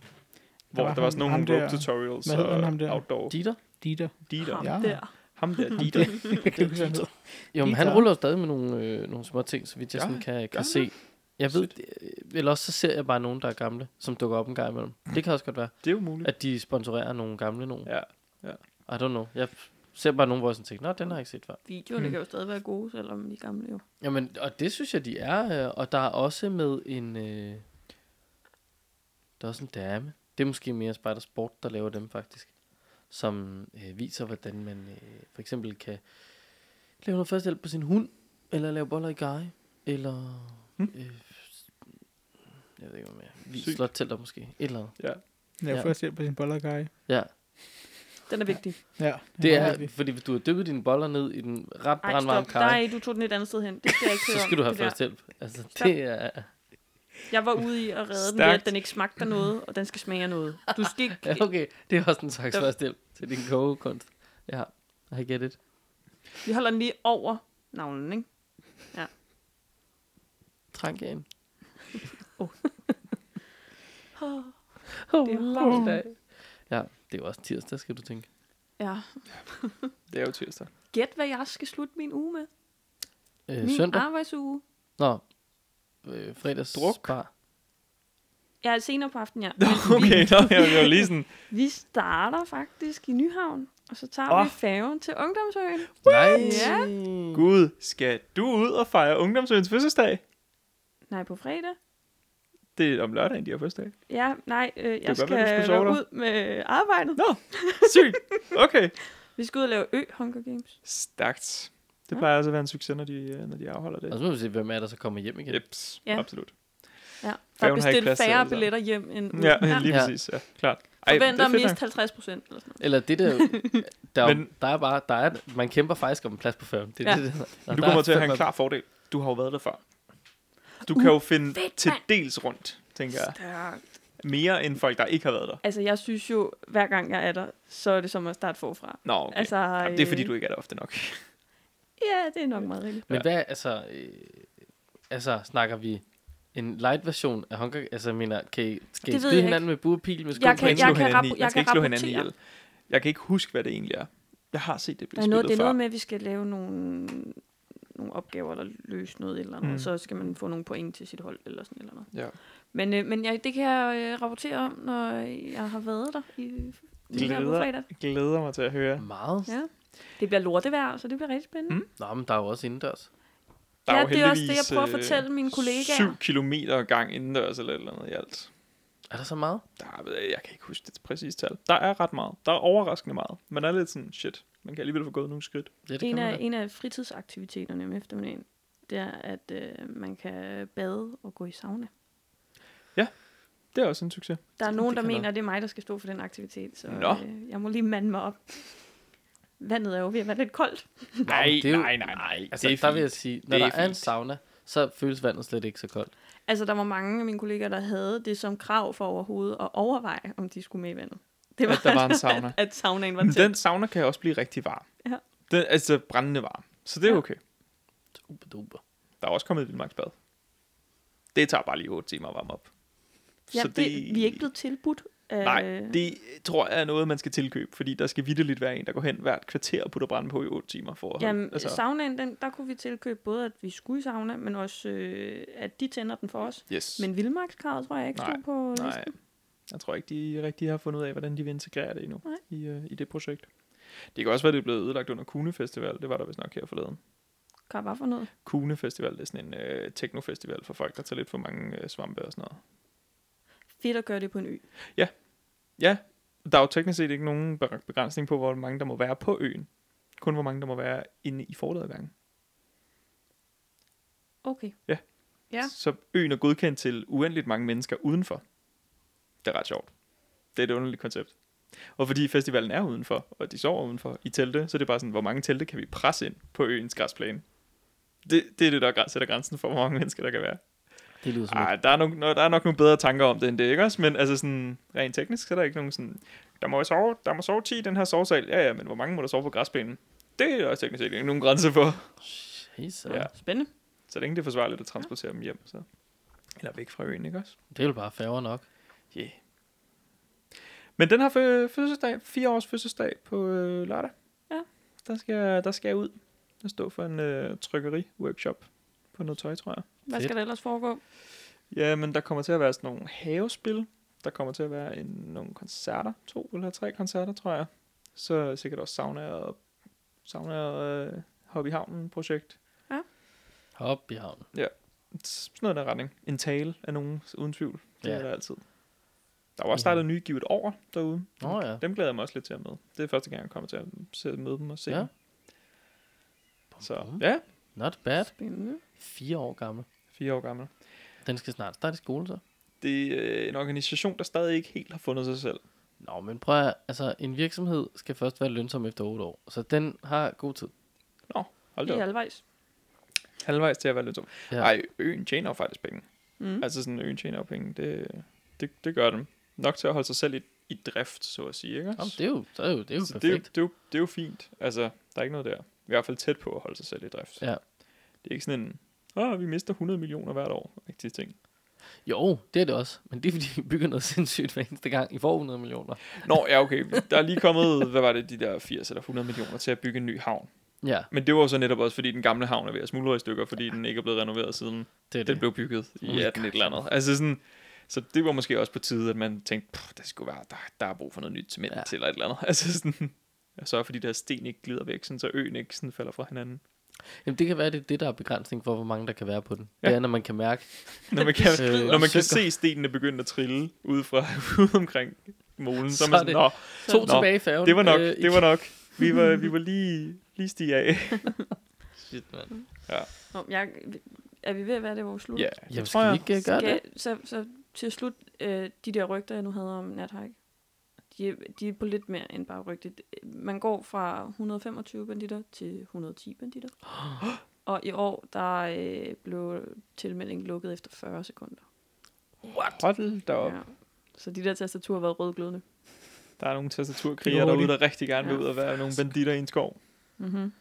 S2: Hvor der
S3: var
S2: var,
S3: ham-
S2: sådan nogle
S3: ham
S2: rope
S3: der-
S2: tutorials
S3: hvad hedder han, ham der?
S2: og outdoor
S1: Dieter.
S3: Dieter.
S2: dealer.
S4: Ham
S3: Ja.
S4: der.
S2: Ham der
S3: Ham [laughs]
S2: dealer.
S3: der. Jeg kan ikke huske, hvad han hedder.
S1: Jo, men han
S3: Dieter.
S1: ruller jo stadig med nogle, øh, nogle små ting, så vidt jeg
S2: Gør
S1: sådan
S2: han?
S1: kan,
S2: Gør han
S1: kan se.
S2: det?
S1: Jeg ved, det, øh, eller også så ser jeg bare nogen, der er gamle, som dukker op en gang imellem.
S2: Mm.
S1: Det kan også godt være,
S2: Det er jo
S1: [laughs]
S2: muligt.
S1: at de sponsorerer nogle gamle nogen.
S2: Ja.
S1: I don't know. Jeg ser bare nogen, hvor jeg sådan tænker, nå, den har jeg ikke set før.
S2: Mm.
S4: Videoerne kan jo stadig være gode, selvom de er gamle jo.
S1: Jamen, og det synes jeg, de er. øh, Og der er også med en... Øh, der er også en dame. Det er måske mere Spider Sport, der laver dem faktisk. Som øh, viser, hvordan man øh, for eksempel kan lave noget førstehjælp på sin hund. Eller lave boller i gej. Eller...
S2: Hmm.
S1: Øh, jeg ved ikke, hvad mere. Vi
S2: Sygt.
S1: slot telt op måske. Et eller andet.
S2: ja.
S3: Lave
S1: Ja.
S3: først hjælp på sin bollergej.
S1: Ja,
S4: Den er vigtig.
S3: Ja,
S1: det
S3: meget
S1: er,
S3: vigtigt.
S1: fordi hvis du har dyppet dine boller ned i den ret
S4: Ej,
S1: brandvarme
S4: stop.
S1: kaj,
S4: Nej, du tog den et andet sted hen. Det skal jeg
S1: [laughs]
S4: ikke høre
S1: så
S4: om,
S1: skal du have
S4: det der.
S1: førstehjælp. Altså,
S4: Stop.
S1: det er...
S4: Jeg var ude i at redde den ved,
S2: Stærkt.
S4: at den ikke smagte af noget, og den skal smage af noget. Du
S2: [laughs]
S4: skal ikke...
S1: Ja, okay. Det er også en slags
S4: Der-
S1: første hjælp til din kogekunst. Ja, I get it.
S4: Vi holder den lige over navlen, ikke?
S1: Trank ind.
S4: Åh,
S1: Oh,
S4: Det er
S1: oh. dag. Ja, det er jo også tirsdag, skal du tænke.
S4: Ja.
S2: Det er jo tirsdag.
S4: Gæt, hvad jeg skal slutte min uge med.
S1: Øh,
S4: Min
S1: søndag?
S4: arbejdsuge.
S1: Nå, øh, fredags
S2: Druk.
S1: Bar.
S4: Jeg er senere på
S2: [laughs]
S4: aftenen, ja.
S2: Okay, nå, jeg var jo lige sådan,
S4: Vi starter faktisk i Nyhavn, og så tager
S2: Åh.
S4: oh. vi færgen til Ungdomsøen.
S1: Nej.
S4: Ja.
S2: Gud, skal du ud og fejre ungdomsøens fødselsdag?
S4: Nej, på fredag.
S2: Det er om lørdagen, de har fødselsdag.
S4: Ja, nej, øh, jeg
S2: godt
S4: skal
S2: være, du skulle sove
S4: være
S2: der.
S4: ud med arbejdet.
S2: Nå, sygt. Okay.
S4: Vi skal ud og lave ø-Hunger Games.
S2: Stærkt. Det
S4: Ja.
S2: plejer altså at være en succes, når de, øh, når de afholder det.
S1: Og så må vi se, hvem Altså, er der så kommer hjem igen.
S2: Jeps,
S4: Ja.
S2: absolut.
S4: Ja,
S2: har
S4: der er
S2: ikke
S4: bestilt
S2: plads til
S4: færre
S2: alle sammen.
S4: billetter hjem end ud.
S2: Ja, lige
S1: Ja.
S2: præcis. Ja, klart. det er
S4: Forventer at
S2: fedt
S4: miste
S2: nok.
S4: 50 procent eller sådan noget.
S1: Eller det
S4: [laughs]
S1: der, der, er, jo-
S2: Men-
S1: der er bare, der er, man kæmper faktisk om en plads på færgen. Det, er
S4: Ja.
S1: det, det, der,
S2: Men du kommer til at have en klar fordel. Du har jo været der før. Du kan jo finde
S4: Uh, fedt,
S2: til
S4: mand.
S2: dels rundt, tænker jeg.
S4: Stærkt.
S2: Mere end folk, der ikke har været der.
S4: Altså, jeg synes jo, hver gang jeg er der, så er det som at starte forfra.
S2: Nå, okay.
S4: Altså,
S2: Jamen, det er fordi,
S4: øh,
S2: du ikke er der ofte nok.
S4: Ja, det er nok meget rigtigt.
S1: Men hvad, altså, øh, altså, snakker vi en light version af Hunger Altså, jeg mener, kan I,
S4: Det
S1: skal
S4: ved
S1: I
S4: jeg
S1: skyde hinanden med buepil, med sko?
S4: Jeg
S2: Man
S4: kan-
S2: skal ikke slå
S4: rap-
S2: hinanden i-
S4: jeg
S2: man skal
S4: kan
S2: ikke slå hinanden
S4: rapportere.
S2: ihjel. Jeg kan ikke huske, hvad det egentlig er. Jeg har set det
S4: Der
S2: blive
S4: er
S2: spillet
S4: noget, det er
S2: før.
S4: noget med, at vi skal lave nogle, nogle opgaver, eller løse noget eller andet,
S2: Mm.
S4: mm. så skal man få nogle point til sit hold, eller sådan et eller andet.
S2: Ja.
S4: Men, øh, men jeg, det kan jeg øh, rapportere om, når jeg har været der i Det ligner på
S2: Glæder.
S4: fredag.
S2: Jeg glæder mig til at høre.
S1: Meget.
S4: Ja. Det bliver lortevejr, så det bliver rigtig spændende.
S2: Mm.
S1: Nå, men der er jo også indendørs.
S2: Der er
S4: ja,
S2: jo
S4: det er også det, jeg
S2: heldigvis,
S4: prøver at
S2: øh,
S4: fortælle mine kollegaer.
S2: Syv kilometer gang indendørs eller et eller andet i alt.
S1: Er der så meget?
S2: Der, ved jeg jeg kan ikke huske det præcise tal. Der er ret meget. Der er overraskende meget. Man er lidt sådan, shit, man kan alligevel få gået nogle skridt.
S1: Ja, det
S4: en,
S1: kan man
S4: af,
S1: da.
S4: en af fritidsaktiviteterne om eftermiddagen, det er, at øh, man kan bade og gå i sauna.
S2: Det er også en [laughs] succes.
S4: Der er nogen,
S1: det
S4: der
S1: kan
S4: mener, at det er mig, der skal stå for den aktivitet, så
S2: Nå.
S4: øh, jeg må lige mande mig op. Vandet er jo ved at være lidt koldt.
S2: Nej,
S1: det er jo-
S2: nej, nej, nej.
S1: Altså,
S2: det er
S1: der vil
S2: fint.
S1: jeg sige, når
S2: Det
S1: der
S2: er
S1: er en
S2: fint.
S1: sauna, så føles vandet slet ikke så koldt.
S4: Altså, der var mange af mine kolleger, der havde det som krav for overhovedet at overveje, om de skulle med i vandet. Det
S2: At der
S4: [laughs]
S2: var en sauna.
S4: At, at saunaen var
S2: Men
S4: til.
S2: den sauna kan også blive rigtig varm.
S4: Ja.
S2: Den, altså brændende varm. Så det er
S4: Ja.
S2: okay.
S1: Super duper.
S2: Der er også kommet et vildmarksbad. Det tager bare lige 8 timer at varme op.
S4: Ja, det, det, vi er ikke blevet tilbudt. øh, Af,
S2: Nej, det tror jeg er noget, man skal tilkøbe, fordi der skal vidderligt være en, der går hen hvert kvarter og putter brænde på i 8 timer for at
S4: Jamen,
S2: holde- altså,
S4: saunaen, den, der kunne vi tilkøbe både, at vi skulle i sauna, men også, øh, at de tænder den for os.
S2: yes.
S4: Men vildmarkskravet tror jeg ikke
S2: Nej,
S4: stod på listen.
S2: Nej, jeg tror ikke, de rigtig har fundet ud af, hvordan de vil integrere det endnu
S4: Nej.
S2: i, øh, i det projekt. Det kan også være, det er blevet ødelagt under Kune Festival. Det var der vist nok her forleden.
S4: Kan bare for noget.
S2: Kune Festival det er sådan en øh, teknofestival for folk, der tager lidt for mange øh, svampe og sådan noget.
S4: Fedt at gøre det på en ø.
S2: Ja, der er jo teknisk set ikke nogen be- begrænsning på, hvor mange der må være på øen. Kun hvor mange der må være inde i forladgangen.
S4: Okay.
S2: Ja.
S4: Ja.
S2: Så øen er godkendt til uendeligt mange mennesker udenfor. Det er ret sjovt. Det er et underligt koncept. Og fordi festivalen er udenfor, og de sover udenfor i telte, så er det bare sådan, hvor mange telte kan vi presse ind på øens græsplæne? Det, det er det, der græ- sætter grænsen for, hvor mange mennesker der kan være.
S1: Det lyder som et-
S2: Ej, der er, nok, der er nok nogle bedre tanker om det end det, ikke også? Men altså sådan, rent teknisk, så er der ikke nogen sådan, der må, jo sove, der må sove 10 i den her sovesal. Ja, ja, men hvor mange må der sove på græsplænen? Det er der også teknisk set ikke nogen grænse for.
S1: Jesus.
S2: Ja.
S1: Ja.
S4: Spændende.
S2: Så længe det er forsvarligt at transportere dem hjem, så. Eller væk fra øen, ikke også?
S1: Det er jo bare færger nok.
S2: Yeah. Men den har fø- fødselsdag, fire års fødselsdag på øh, lørdag.
S4: Ja.
S2: Der skal, der skal jeg ud og stå for en øh, trykkeri-workshop på noget tøj, tror jeg.
S4: Hvad
S1: Fedt.
S4: skal der ellers foregå?
S2: Ja, men der kommer til at være sådan nogle havespil. Der kommer til at være en, nogle koncerter. To eller tre koncerter, tror jeg. Så sikkert også sauna og, sauna og øh, Hobby Havnen-projekt.
S1: Hop i havnen.
S2: Sådan noget i den retning. En tale af nogen, uden tvivl. Det
S1: Ja.
S2: er der altid. Der er jo også startet en ny givet over derude.
S1: Nå ja.
S2: Dem glæder jeg mig også lidt til at møde. Det er første gang, jeg kommer til at se- møde dem og se
S1: Ja.
S2: dem. Så
S1: bum.
S2: ja,
S1: Not bad.
S4: Spændende.
S1: Fire år gammel.
S2: fire år gammel.
S1: Den skal snart starte i skole, så.
S2: Det er øh, en organisation, der stadig ikke helt har fundet sig selv.
S1: Nå, men prøv at, høre, altså, en virksomhed skal først være lønsom efter 8 år, så den har god tid.
S2: Hold da
S4: Det er
S2: op.
S4: halvvejs.
S2: Halvvejs til at være lidt om.
S1: Ja.
S2: Ej, øen tjener jo faktisk penge.
S4: Mm.
S2: Altså sådan, øen tjener jo penge. Det, det, det gør dem. Nok til at holde sig selv i, i drift, så at sige. Ikke?
S1: Nå, men det er jo, så er det jo, det er jo
S2: Så det, er jo,
S1: perfekt.
S2: det, er jo, det er jo fint. Altså, der er ikke noget der. I hvert fald tæt på at holde sig selv i drift.
S1: Ja.
S2: Det er ikke sådan en, åh, vi mister 100 millioner hvert år. Rigtig ting.
S1: Jo, det er det også, men det er fordi, vi bygger noget [laughs] sindssygt hver eneste gang. I får 100 millioner.
S2: Nå, ja, okay. Der er lige kommet, hvad var det, de der 80 eller 100 millioner til at bygge en ny havn.
S1: Ja,
S2: Men det var jo så netop også, fordi den gamle havn er ved at smuldre i stykker, fordi den ikke er blevet renoveret siden
S1: det er
S2: den
S1: det.
S2: blev bygget i
S1: my
S2: 18 et eller andet. Altså sådan, så det var måske også på tide, at man tænkte, "Puh, der skulle være, der, der er brug for noget nyt cement
S1: Ja.
S2: ja. til eller et eller andet. [laughs] Altså sådan, og så er fordi der sten ikke glider væk, sådan, så øen ikke sådan falder fra hinanden.
S1: Jamen, det kan være, det er det, der er begrænsning for, hvor mange der kan være på den.
S2: Ja.
S1: Det er, når man kan mærke, [laughs]
S2: Når man kan,
S1: Øh,
S2: når man
S1: synker.
S2: kan se stenene begynde at trille ude fra [laughs] ude omkring molen, så,
S1: Så
S2: er
S1: er
S2: man sådan,
S1: det-
S2: Nå,
S1: to
S2: Nå,
S1: tilbage i færgen.
S2: det var nok,
S1: øh,
S2: det var nok. Vi var,
S1: [laughs]
S2: vi var lige, lige stige af.
S1: Shit, mand.
S4: Nå, jeg, er vi ved at være der, hvor vi slutter?
S2: Ja,
S1: Jamen, skal vi ikke øh, gøre det?
S4: Skal, så, så til slut, øh, de der rygter, jeg nu havde om nathike, de, er- de er på lidt mere end bare rygte. Man går fra 125 banditter til 110
S1: [gasps]
S4: banditter. Og i år, der øh, blev tilmeldingen lukket efter 40 sekunder.
S2: What? Hold da op. Ja.
S4: Så de der tastaturer har været rødglødende.
S2: Der er nogle
S1: Det
S2: tastaturkrigere
S1: gjorde
S2: derude,
S1: de.
S2: der rigtig gerne vil
S4: Ja.
S2: ud og være nogle banditter i en skov.
S4: Mm-hmm.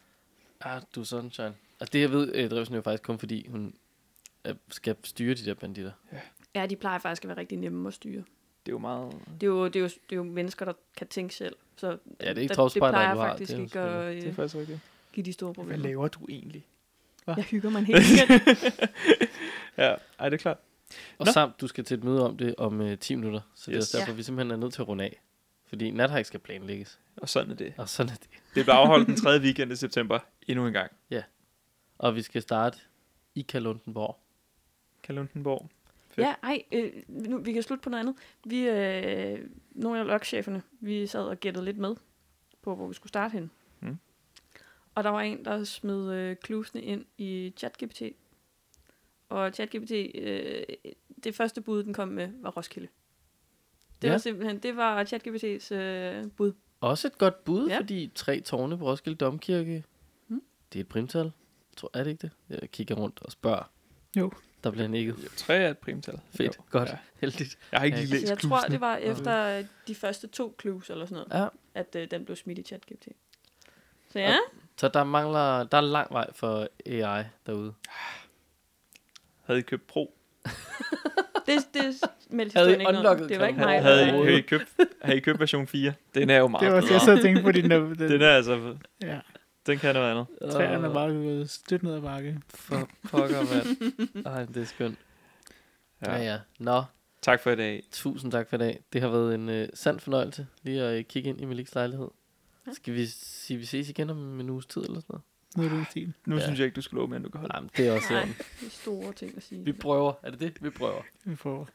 S1: Ah, du er sunshine. Altså, det jeg ved, øh, Drevsen er jo faktisk kun fordi, hun øh, skal styre de der banditter.
S4: Ja, de plejer faktisk at være rigtig nemme at styre.
S2: Det er jo meget...
S4: Det er jo, det er jo, det er jo mennesker, der kan tænke selv. Så
S1: er ikke
S4: der- det
S1: tropspejder,
S4: plejer
S1: du har.
S4: faktisk
S1: Det er jo
S4: ikke at
S2: Det er
S4: øh,
S2: faktisk rigtigt.
S4: give de store problemer.
S2: laver du egentlig?
S4: Jeg hygger [laughs] mig en hel weekend.
S2: [laughs] Ja, ej, det er klart.
S1: Og
S2: Nå.
S1: samt, du skal til et møde om det om øh, 10 minutter. Så det er
S2: Yes.
S1: også derfor, vi simpelthen er nødt til at runde af. Fordi nathajk skal planlægges.
S2: Og sådan er det.
S1: Og sådan er det.
S2: Det blev afholdt den 3. weekend i september. Endnu en gang.
S1: Og vi skal starte i Kalundenborg.
S2: Kalundenborg. Fedt.
S4: Ja, ej, øh, nu, vi kan slutte på noget andet. Vi, øh, nogle af lokcheferne, vi sad og gættede lidt med på, hvor vi skulle starte hen.
S2: Mm.
S4: Og der var en, der smed øh, klusene ind i ChatGPT. Og ChatGPT, øh, det første bud, den kom med, var Roskilde. Det
S1: Ja.
S4: ja. var simpelthen, det var ChatGPT's øh, bud.
S1: Også et godt bud, ja.
S4: Ja.
S1: fordi tre tårne på Roskilde Domkirke,
S4: Mm.
S1: det er et primtal. Tror, er det ikke det? Jeg kigger rundt og spørger.
S3: Jo.
S1: Der bliver nikket.
S2: 3 er et primtal.
S1: Fedt.
S2: Jo.
S1: Godt.
S2: Ja.
S1: Heldigt.
S2: Jeg har ikke
S1: Ja,
S2: lige
S4: Altså,
S2: læst
S4: jeg tror,
S2: klusene.
S4: det var efter de første to clues eller sådan noget,
S1: Ja.
S4: at øh, den blev smidt i ChatGPT. Så ja,
S1: Så der mangler, der er lang vej for AI derude.
S2: Havde I købt Pro?
S4: det, det meldte
S1: Havde I
S4: historien ikke noget. om.
S1: unlocket
S4: Det var ikke
S1: Kalundborg?
S4: mig,
S2: Havde
S4: der
S2: I, havde I købt, havde I købt version 4? Den er jo meget
S3: Det var også det, jeg
S2: bedre.
S3: sad og tænkte på din... Den,
S2: Den er altså...
S3: ja,
S2: Den kan noget andet.
S3: træerne er bare gået stødt ned ad bakke.
S1: For pokker, mand. Ej, det er skønt. Ja. ja,
S2: Ja.
S1: ja. Nå,
S2: Tak for i dag.
S1: tusind tak for i dag. Det har været en øh, sand fornøjelse lige at øh, kigge ind i Meliks lejlighed.
S4: Ja.
S1: Skal vi sige, vi ses igen om en uges tid eller sådan noget?
S3: Noget i den stil.
S2: Nu
S1: Ja.
S2: ja. synes jeg ikke, du skal love mere, end du kan holde.
S1: Nej, men det er også...
S4: Nej,
S1: Nej.
S4: det er store ting at sige.
S1: Vi prøver. Er det det? Vi prøver.
S3: Vi får